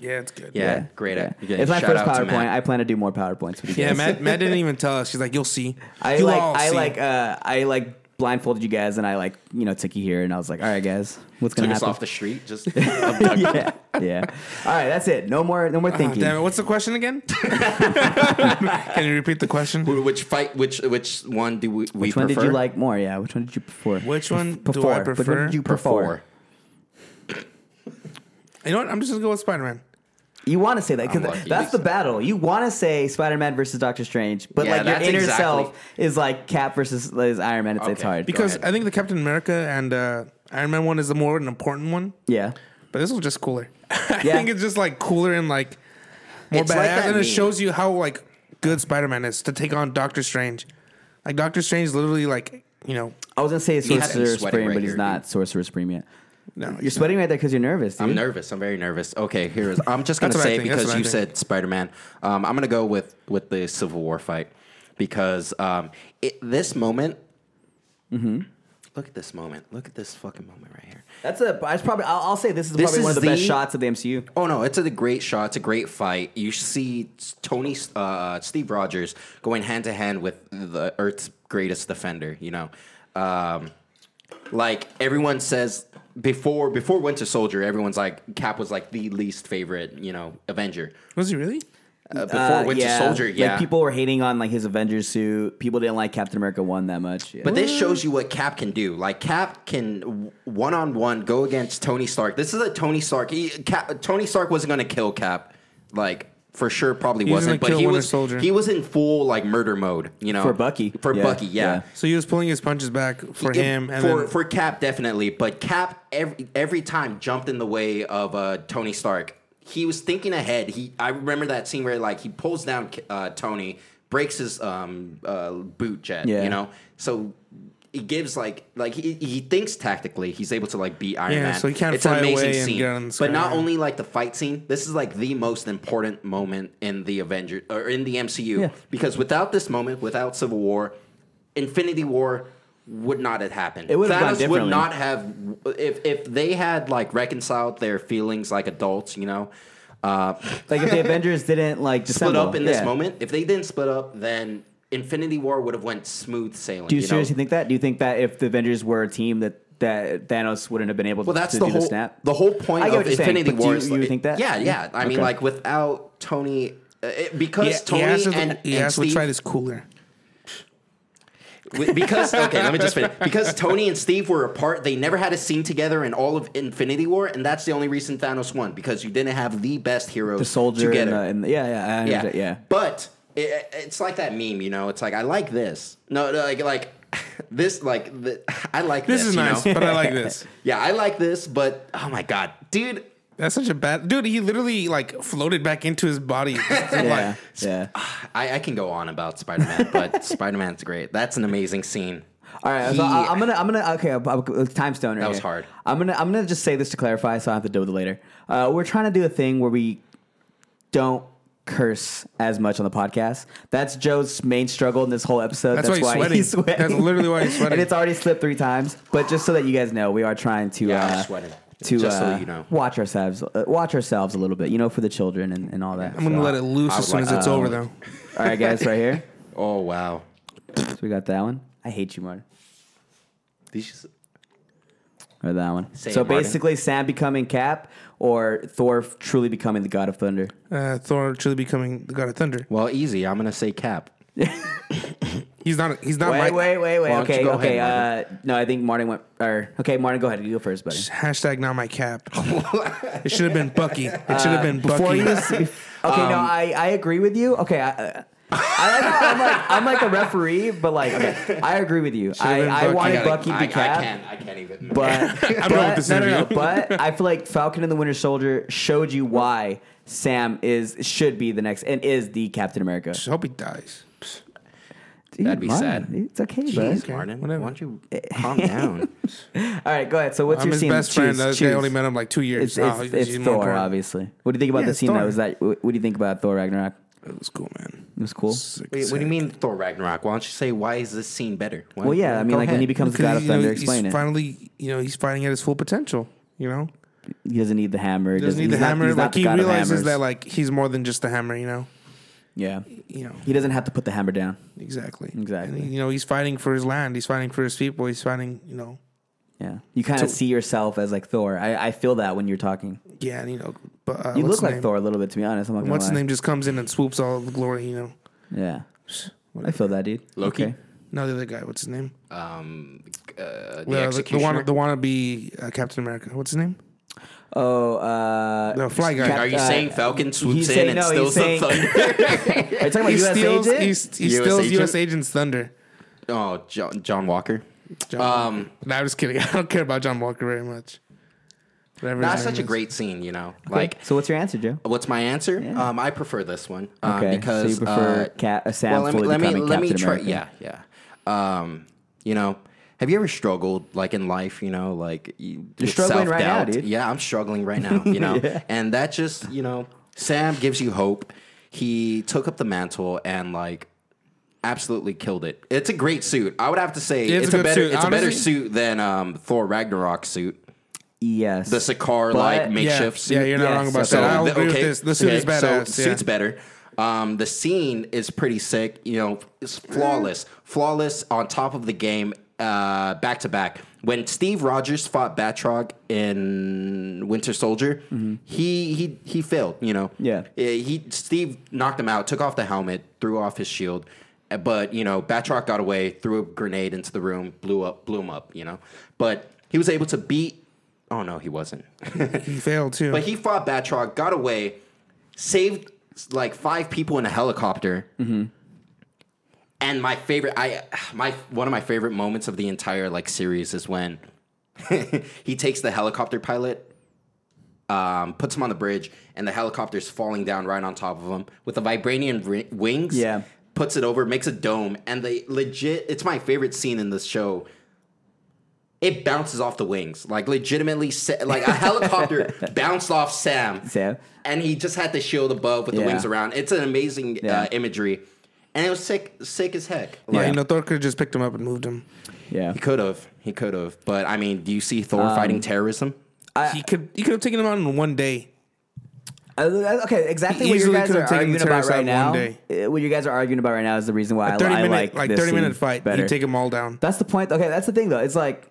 Speaker 3: Yeah, it's good.
Speaker 1: yeah, great.
Speaker 2: Yeah.
Speaker 1: Again,
Speaker 2: It's my
Speaker 1: shout
Speaker 2: first
Speaker 1: out to
Speaker 2: PowerPoint.
Speaker 1: Matt.
Speaker 2: I plan to do more PowerPoints. With you
Speaker 3: Yeah,
Speaker 2: guys.
Speaker 3: Matt, Matt didn't even tell us. She's like, "You'll see."
Speaker 2: I
Speaker 3: You'll
Speaker 2: like
Speaker 3: all
Speaker 2: I
Speaker 3: see.
Speaker 2: like uh, I like blindfolded you guys and I like you know took you here and I was like, all right, guys, what's
Speaker 1: Took
Speaker 2: gonna
Speaker 1: us
Speaker 2: happen?
Speaker 1: off the street. Just abducted.
Speaker 2: yeah, yeah. All right, that's it. No more, no more
Speaker 3: Ah,
Speaker 2: thinking.
Speaker 3: damn it! What's the question again? Can you repeat the question?
Speaker 1: Who- which fight? Which which one do we, we
Speaker 2: which one
Speaker 1: prefer?
Speaker 2: did you like more? Yeah, which one did you prefer?
Speaker 3: Which one
Speaker 2: Prefer.
Speaker 3: do I
Speaker 2: Which one
Speaker 3: prefer?
Speaker 2: did you prefer?
Speaker 1: Prefer.
Speaker 3: You know what? I'm just gonna go with Spider Man.
Speaker 2: You want to say that
Speaker 1: I'm
Speaker 2: because
Speaker 1: lucky
Speaker 2: that's
Speaker 1: to
Speaker 2: the battle. You want to say Spider Man versus Doctor Strange, but
Speaker 1: Yeah,
Speaker 2: like your
Speaker 1: that's
Speaker 2: inner
Speaker 1: exactly-
Speaker 2: self is like Cap versus is Iron Man. It's, it's
Speaker 1: Okay.
Speaker 2: hard.
Speaker 1: Bec-
Speaker 3: Because
Speaker 1: ahead.
Speaker 3: I think the Captain America and uh, Iron Man one is the more an important one,
Speaker 2: yeah,
Speaker 3: but this was just cooler. I
Speaker 2: Yeah.
Speaker 3: think it's just like cooler and like more
Speaker 1: It's
Speaker 3: badass,
Speaker 1: like that
Speaker 3: and it
Speaker 1: meme.
Speaker 3: shows you how like good Spider Man is to take on Doctor Strange. Like Doctor Strange, literally like you know,
Speaker 2: I was gonna say
Speaker 1: You have to be
Speaker 2: Sorcerer
Speaker 1: sweating
Speaker 2: Supreme,
Speaker 1: right
Speaker 2: but he's
Speaker 1: here,
Speaker 2: not Sorcerer Supreme yet.
Speaker 3: no,
Speaker 2: You're sweating right there because you're nervous. Dude.
Speaker 1: I'm nervous. I'm very nervous. Okay, here is. I'm just gonna
Speaker 3: Hmm? That's what I
Speaker 1: say
Speaker 3: think. That's
Speaker 1: because
Speaker 3: what I
Speaker 1: you
Speaker 3: think.
Speaker 1: said Spider Man. Um, I'm gonna go with with the Civil War fight because um, it, this moment.
Speaker 3: Mm-hmm.
Speaker 1: Look at this moment. Look at this fucking moment right here.
Speaker 2: That's a. That's probably. I'll, I'll say this is
Speaker 1: This
Speaker 2: probably one
Speaker 1: is
Speaker 2: of the, best
Speaker 1: the-
Speaker 2: shots of the MCU.
Speaker 1: Oh no, it's a great shot. It's a great fight. You see Tony, uh, Steve Rogers going hand to hand with the Earth's greatest defender. You know, um, like everyone says before before Winter Soldier, everyone's like Cap was like the least favorite. You know, Avenger.
Speaker 3: was he really?
Speaker 1: Uh, before
Speaker 2: Uh,
Speaker 1: Winter
Speaker 2: yeah.
Speaker 1: Soldier, yeah.
Speaker 2: Like people were hating on like his Avengers suit. People didn't like Captain America one that much. Yeah.
Speaker 1: But this shows you what Cap can do. Like Cap can one on one go against Tony Stark. This is a Tony Stark. He, Cap, Tony Stark wasn't going to kill Cap, like for sure, probably
Speaker 3: wasn't
Speaker 1: wasn't.
Speaker 3: gonna
Speaker 1: But
Speaker 3: kill
Speaker 1: he
Speaker 3: Winter
Speaker 1: was
Speaker 3: Soldier.
Speaker 1: he was in full like murder mode. You know,
Speaker 2: For Bucky.
Speaker 1: for
Speaker 2: Yeah,
Speaker 1: Bucky, yeah.
Speaker 2: yeah.
Speaker 3: So he was pulling his punches back for
Speaker 1: It-
Speaker 3: him, and
Speaker 1: for
Speaker 3: then,
Speaker 1: for Cap definitely, but Cap every every time jumped in the way of uh, Tony Stark. He was thinking ahead. He I remember that scene where like he pulls down uh, Tony, breaks his um, uh, boot jet.
Speaker 2: Yeah.
Speaker 1: You know, so he gives like like he, he thinks tactically. He's able to like beat Iron
Speaker 3: Yeah,
Speaker 1: Man.
Speaker 3: so he can't
Speaker 1: it's an
Speaker 3: fly
Speaker 1: amazing
Speaker 3: away and
Speaker 1: scene.
Speaker 3: get on the
Speaker 1: but not
Speaker 3: sky.
Speaker 1: only like the fight scene. This is like the most important moment in the Avengers or in the MCU
Speaker 2: Yeah.
Speaker 1: because without this moment, without Civil War, Infinity War would not have happened.
Speaker 2: It would have gone
Speaker 1: Thanos would
Speaker 2: differently.
Speaker 1: not have if if they had like reconciled their feelings like adults, you know, uh,
Speaker 2: like if the Avengers didn't like
Speaker 1: split
Speaker 2: dissemble,
Speaker 1: up in this
Speaker 2: yeah.
Speaker 1: moment. If they didn't split up, then Infinity War would have went smooth sailing.
Speaker 2: Do you,
Speaker 1: you know?
Speaker 2: seriously think that? Do you think that if the Avengers were a team that that Thanos wouldn't have been able
Speaker 1: Well,
Speaker 2: to,
Speaker 1: that's
Speaker 2: to
Speaker 1: the
Speaker 2: do
Speaker 1: whole
Speaker 2: the snap?
Speaker 1: the whole point
Speaker 2: I get
Speaker 1: of
Speaker 2: what you're saying,
Speaker 1: Infinity
Speaker 2: but do
Speaker 1: War.
Speaker 2: you-
Speaker 1: is
Speaker 2: you
Speaker 1: like-
Speaker 2: think that?
Speaker 1: Yeah, yeah. I mean,
Speaker 2: Okay.
Speaker 1: like without Tony, uh, it- because
Speaker 3: yeah,
Speaker 1: Tony
Speaker 3: yeah, so the-
Speaker 1: and,
Speaker 3: yeah,
Speaker 1: and
Speaker 3: so the
Speaker 1: Steve
Speaker 3: fight is cooler.
Speaker 1: Wi- because okay, let me just finish. Because Tony and Steve were apart, they never had a scene together in all of Infinity War, and that's the only reason Thanos won because you didn't have the best heroes
Speaker 2: the soldier and
Speaker 1: together.
Speaker 2: the, and the- yeah, yeah, I
Speaker 1: yeah,
Speaker 2: understand, yeah.
Speaker 1: But it, it's like that meme, you know. It's like I like this. No, no, like like this, like the, I like this.
Speaker 3: This is
Speaker 1: you
Speaker 3: nice,
Speaker 1: know?
Speaker 3: but I like this.
Speaker 1: Yeah, I like this, but oh my god, dude.
Speaker 3: That's such a bad dude. He literally like floated back into his body. I'm
Speaker 2: Yeah,
Speaker 3: like,
Speaker 2: yeah.
Speaker 1: I, I can go on about Spider Man, but Spider Man's great. That's an amazing scene.
Speaker 2: All right,
Speaker 1: He-
Speaker 2: so I, I'm gonna, I'm gonna, okay, I'll- I'll- time stone. Right
Speaker 1: That was
Speaker 2: here.
Speaker 1: hard.
Speaker 2: I'm gonna, I'm gonna just say this to clarify, so I don't have to deal with it later. Uh, we're trying to do a thing where we don't curse as much on the podcast. That's Joe's main struggle in this whole episode.
Speaker 3: That's
Speaker 2: That's,
Speaker 3: why he's sweating.
Speaker 2: he's sweating.
Speaker 3: That's literally why he's sweating.
Speaker 2: and it's already slipped three times. But just so that you guys know, we are trying to,
Speaker 1: Yeah, I'm
Speaker 2: uh,
Speaker 1: sweating.
Speaker 2: to
Speaker 1: Just so
Speaker 2: uh,
Speaker 1: you know.
Speaker 2: watch ourselves, uh, watch ourselves a little bit, you know, for the children and, and all that.
Speaker 3: I'm gonna
Speaker 2: So,
Speaker 3: let it loose
Speaker 1: I
Speaker 3: as
Speaker 1: would
Speaker 3: soon
Speaker 1: like
Speaker 3: as it's
Speaker 1: that.
Speaker 3: over, though.
Speaker 2: All right, guys, right here.
Speaker 1: Oh wow,
Speaker 2: So we got that one. I hate you, Martin.
Speaker 1: these just-
Speaker 2: Or that one.
Speaker 1: Say
Speaker 2: so
Speaker 1: it, Martin.
Speaker 2: basically, Sam becoming Cap or Thor truly becoming the God of Thunder.
Speaker 3: Uh, Thor truly becoming the God of Thunder.
Speaker 1: well, easy. I'm gonna say Cap.
Speaker 3: He's not. He's not.
Speaker 2: Wait,
Speaker 3: like,
Speaker 2: wait, wait, wait.
Speaker 1: Why don't you
Speaker 2: okay,
Speaker 1: go
Speaker 2: okay.
Speaker 1: ahead,
Speaker 2: uh, no, I think Martin went. Or okay, Martin, go ahead. You go first, buddy.
Speaker 3: Hashtag not my cap. it should have been Bucky. It should have been
Speaker 2: Before
Speaker 3: Bucky.
Speaker 1: Um,
Speaker 2: you, okay, no, I, I agree with you. Okay, I, uh, I know, I'm like I'm like a referee, but like okay, I agree with you. I, I
Speaker 3: been Bucky.
Speaker 1: I
Speaker 2: wanted
Speaker 1: gotta-
Speaker 2: Bucky
Speaker 1: I,
Speaker 2: to
Speaker 1: I
Speaker 2: be Cap,
Speaker 1: can't. I can't even.
Speaker 2: but
Speaker 3: I'm done
Speaker 2: but-
Speaker 3: with this
Speaker 2: no, no, no,
Speaker 3: interview.
Speaker 2: But I feel like Falcon and the Winter Soldier showed you why Sam is should be the next and is the Captain America.
Speaker 3: Just hope he dies. Psst.
Speaker 2: Dude,
Speaker 1: That'd be
Speaker 2: Martin,
Speaker 1: sad.
Speaker 2: It's okay, bud.
Speaker 1: Jeez,
Speaker 3: Okay,
Speaker 1: Martin,
Speaker 3: whatever.
Speaker 1: why don't you calm down?
Speaker 2: All right, go ahead. So what's
Speaker 3: I'm
Speaker 2: your
Speaker 3: his
Speaker 2: scene?
Speaker 3: best friend.
Speaker 2: Choose,
Speaker 3: That guy
Speaker 2: choose.
Speaker 3: only met him like two
Speaker 2: It's,
Speaker 3: years. Oh,
Speaker 2: it's,
Speaker 3: he's
Speaker 2: it's
Speaker 3: even more
Speaker 2: Thor,
Speaker 3: important.
Speaker 2: obviously. What do you think about
Speaker 3: Yeah,
Speaker 2: the
Speaker 3: it's
Speaker 2: scene
Speaker 3: Thor.
Speaker 2: that was that? What do you think about Thor Ragnarok?
Speaker 3: It was cool, man.
Speaker 2: It was cool.
Speaker 3: Sick,
Speaker 1: Wait, what
Speaker 3: sick.
Speaker 1: do you mean Thor Ragnarok? Why don't you say why is this scene better? Why-
Speaker 2: Well, yeah, I mean,
Speaker 1: go
Speaker 2: like when he
Speaker 1: ahead.
Speaker 2: becomes the
Speaker 3: Because,
Speaker 2: God of
Speaker 3: you know,
Speaker 2: Thunder,
Speaker 3: he's
Speaker 2: explain it.
Speaker 3: Finally, you know, he's fighting at his full potential. You know,
Speaker 2: He doesn't need the hammer. He
Speaker 3: doesn't need the
Speaker 2: he's not-
Speaker 3: hammer.
Speaker 2: he's not
Speaker 3: like
Speaker 2: the
Speaker 3: he
Speaker 2: god of
Speaker 3: realizes
Speaker 2: hammers.
Speaker 3: that, like he's more than just a hammer. You know,
Speaker 2: yeah,
Speaker 3: you know
Speaker 2: he doesn't have to put the hammer down.
Speaker 3: exactly,
Speaker 2: Exactly.
Speaker 3: And, you know, he's fighting for his land. He's fighting for his people. He's fighting. You know,
Speaker 2: Yeah, you kind of
Speaker 3: So-
Speaker 2: see yourself as like Thor. I, I feel that when you're talking.
Speaker 3: yeah, and you know, but uh,
Speaker 2: You
Speaker 3: what's
Speaker 2: look
Speaker 3: his
Speaker 2: like
Speaker 3: name?
Speaker 2: Thor a little bit, to be honest. I'm not gonna
Speaker 3: What's his
Speaker 2: lie.
Speaker 3: name? Just comes in and swoops all the glory. You know,
Speaker 2: Yeah, I
Speaker 3: Whatever.
Speaker 2: feel that, dude.
Speaker 1: Loki?
Speaker 2: Okay.
Speaker 3: no, the other guy. What's his name?
Speaker 1: um, uh, the
Speaker 3: Yeah, the, the
Speaker 1: executioner.
Speaker 3: one, the wannabe uh, Captain America. What's his name?
Speaker 2: Oh, uh,
Speaker 3: The Fly Guy.
Speaker 2: Cap-
Speaker 1: Are you
Speaker 2: uh,
Speaker 1: saying Falcon swoops
Speaker 2: he's
Speaker 1: in
Speaker 2: saying-
Speaker 1: and
Speaker 2: no,
Speaker 1: steals
Speaker 2: he's saying-
Speaker 1: the thunder?
Speaker 2: are you talking about
Speaker 3: He
Speaker 2: US
Speaker 3: steals.
Speaker 2: agent?
Speaker 3: He, st- he
Speaker 1: US
Speaker 3: steals
Speaker 1: agent?
Speaker 3: U.S. Agent's thunder.
Speaker 1: oh, John, John Walker.
Speaker 3: John
Speaker 1: Um,
Speaker 3: Walker. Nah, I'm just kidding. I don't care about John Walker very much. Whatever his
Speaker 1: That's
Speaker 3: name
Speaker 1: such a
Speaker 3: is.
Speaker 1: great scene, you know.
Speaker 2: Okay,
Speaker 1: Like,
Speaker 2: so what's your answer, Joe?
Speaker 1: what's my answer?
Speaker 2: Yeah.
Speaker 1: Um, I prefer this one um,
Speaker 2: Okay,
Speaker 1: because
Speaker 2: so you prefer
Speaker 1: uh,
Speaker 2: Cat, uh, Sam
Speaker 1: well, let me
Speaker 2: Fuller
Speaker 1: let me,
Speaker 2: becoming
Speaker 1: let me
Speaker 2: Captain
Speaker 1: try.
Speaker 2: America.
Speaker 1: Yeah, yeah. Um, you know, have you ever struggled like in life? You know, like you, with
Speaker 2: struggling right now,
Speaker 1: self-doubt?
Speaker 2: dude.
Speaker 1: Yeah, I'm struggling right now. You know, and that just you know, Sam gives you hope. He took up the mantle and like absolutely killed it. It's a great suit. I would have to say
Speaker 3: It's
Speaker 1: it's, a,
Speaker 3: a good
Speaker 1: better
Speaker 3: suit.
Speaker 1: it's a better
Speaker 3: Honestly-
Speaker 1: suit than um, Thor Ragnarok suit.
Speaker 2: Yes.
Speaker 1: The Sakaar like
Speaker 2: But-
Speaker 1: makeshift
Speaker 3: Yeah,
Speaker 1: suit.
Speaker 3: yeah, you're not
Speaker 2: Yes,
Speaker 3: wrong about
Speaker 2: so
Speaker 3: that. I will
Speaker 1: the-
Speaker 3: agree with this. The suit
Speaker 1: okay,
Speaker 3: is badass.
Speaker 1: So
Speaker 3: yeah.
Speaker 1: suit's better. Um, the scene is pretty sick. You know, it's flawless, flawless on top of the game, uh, back to back. When Steve Rogers fought Batrog in Winter Soldier, he he he failed. You know,
Speaker 2: Yeah.
Speaker 1: Uh, he Steve knocked him out, took off the helmet, threw off his shield. uh, But you know, Batroc got away, threw a grenade into the room, blew up, blew him up. You know, but he was able to beat. Oh no, he wasn't.
Speaker 3: He failed too.
Speaker 1: But he fought Batroc, got away, saved like five people in a helicopter. And my favorite, I my one of my favorite moments of the entire like series is when he takes the helicopter pilot, um, puts him on the bridge, and the helicopter's falling down right on top of him with the vibranium ri- wings.
Speaker 2: Yeah.
Speaker 1: puts it over, makes a dome, and they legit. It's my favorite scene in this show it bounces off the wings. Like legitimately, sa- like a helicopter bounced off Sam.
Speaker 2: Sam.
Speaker 1: And he just had the shield above with the
Speaker 2: Yeah.
Speaker 1: wings around. It's an amazing
Speaker 2: Yeah.
Speaker 1: uh, imagery, and it was sick, sick as heck.
Speaker 3: yeah,
Speaker 1: Like,
Speaker 3: you know, Thor could have just picked him up and moved him.
Speaker 2: Yeah.
Speaker 1: He could have, he could have, but I mean, do you see Thor
Speaker 2: Um,
Speaker 1: fighting terrorism?
Speaker 3: he could. He could have taken him out in one day.
Speaker 2: Uh, okay, exactly
Speaker 3: He
Speaker 2: what you
Speaker 3: easily
Speaker 2: guys
Speaker 3: could've
Speaker 2: are
Speaker 3: taken
Speaker 2: arguing
Speaker 3: the
Speaker 2: about
Speaker 3: terrorists
Speaker 2: right now.
Speaker 3: out one
Speaker 2: uh, What you guys are arguing about right now is the reason why I,
Speaker 3: Thirty
Speaker 2: I
Speaker 3: minute,
Speaker 2: like
Speaker 3: like,
Speaker 2: this
Speaker 3: thirty
Speaker 2: scene
Speaker 3: minute fight.
Speaker 2: Better.
Speaker 3: You take him all down.
Speaker 2: that's the point. Okay, that's the thing though. It's like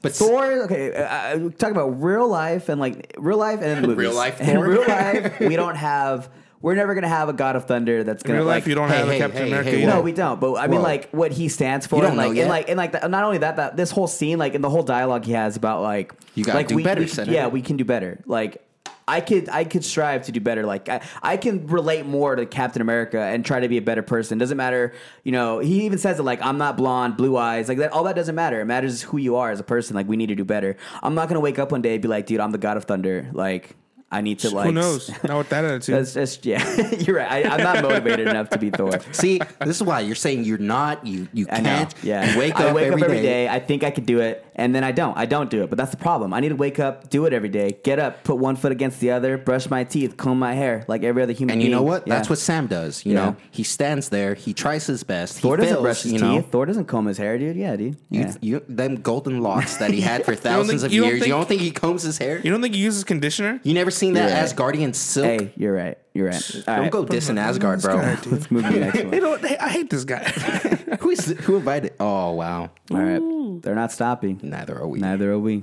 Speaker 1: But s-
Speaker 2: Thor. Okay, uh, uh, talk about real life and like real life and then movies.
Speaker 1: Real life
Speaker 2: and
Speaker 1: Thor?
Speaker 2: real life. We don't have. We're never gonna have a God of Thunder that's
Speaker 3: In
Speaker 2: gonna
Speaker 3: real
Speaker 2: like,
Speaker 3: life, you don't
Speaker 1: hey,
Speaker 3: have a
Speaker 1: hey,
Speaker 3: Captain
Speaker 1: hey,
Speaker 3: America.
Speaker 1: hey,
Speaker 3: you
Speaker 1: whoa.
Speaker 2: No,
Speaker 3: know?
Speaker 2: we don't. But I mean,
Speaker 1: Whoa.
Speaker 2: like what he stands for,
Speaker 1: You don't
Speaker 2: and
Speaker 1: know
Speaker 2: like, and
Speaker 1: yet.
Speaker 2: like, and like, the, not only that, that this whole scene, like, and the whole dialogue he has about like,
Speaker 1: You gotta
Speaker 2: like,
Speaker 1: do
Speaker 2: we,
Speaker 1: better,
Speaker 2: we-
Speaker 1: Senator.
Speaker 2: yeah, we can do better. Like, I could, I could strive to do better. Like, I, I can relate more to Captain America and try to be a better person. Doesn't matter, you know. He even says it like, I'm not blonde, blue eyes, like that. All that doesn't matter. It matters is who you are as a person. Like, we need to do better. I'm not gonna wake up one day and be like, dude, I'm the God of Thunder. Like, I need to like.
Speaker 3: Who knows? Not with that attitude.
Speaker 2: That's just yeah. You're right. I, I'm not motivated enough to be Thor.
Speaker 1: see, this is why you're saying you're not. You you
Speaker 2: I know.
Speaker 1: can't.
Speaker 2: Yeah.
Speaker 1: You wake
Speaker 2: I
Speaker 1: up,
Speaker 2: wake
Speaker 1: every
Speaker 2: up every
Speaker 1: day.
Speaker 2: day. I think I could do it, and then I don't. I don't do it. But that's the problem. I need to wake up, do it every day. Get up, put one foot against the other, brush my teeth, comb my hair like every other human.
Speaker 1: And you know
Speaker 2: being.
Speaker 1: what?
Speaker 2: Yeah.
Speaker 1: That's what Sam does. You
Speaker 2: Yeah.
Speaker 1: know, he stands there. He tries his best.
Speaker 2: Thor
Speaker 1: he
Speaker 2: doesn't
Speaker 1: fails,
Speaker 2: brush his
Speaker 1: you know?
Speaker 2: teeth. Thor doesn't comb his hair, dude. Yeah, dude.
Speaker 1: You,
Speaker 2: Yeah.
Speaker 1: you, them golden locks that he had for thousands
Speaker 3: think-
Speaker 1: of
Speaker 3: you don't
Speaker 1: years. you
Speaker 3: think-
Speaker 1: don't think he combs his hair?
Speaker 3: You don't think he uses conditioner?
Speaker 1: You never seen that
Speaker 2: You're right.
Speaker 1: Asgardian silk?
Speaker 2: hey, you're right. You're right. All
Speaker 1: don't
Speaker 2: right.
Speaker 1: go dissing Asgard, bro.
Speaker 3: This guy, dude.
Speaker 2: Let's move to the next
Speaker 3: They
Speaker 2: one.
Speaker 3: don't. They, I hate this guy.
Speaker 1: who is who invited? Oh wow,
Speaker 2: All right. They're not stopping.
Speaker 1: neither are we.
Speaker 2: Neither are we.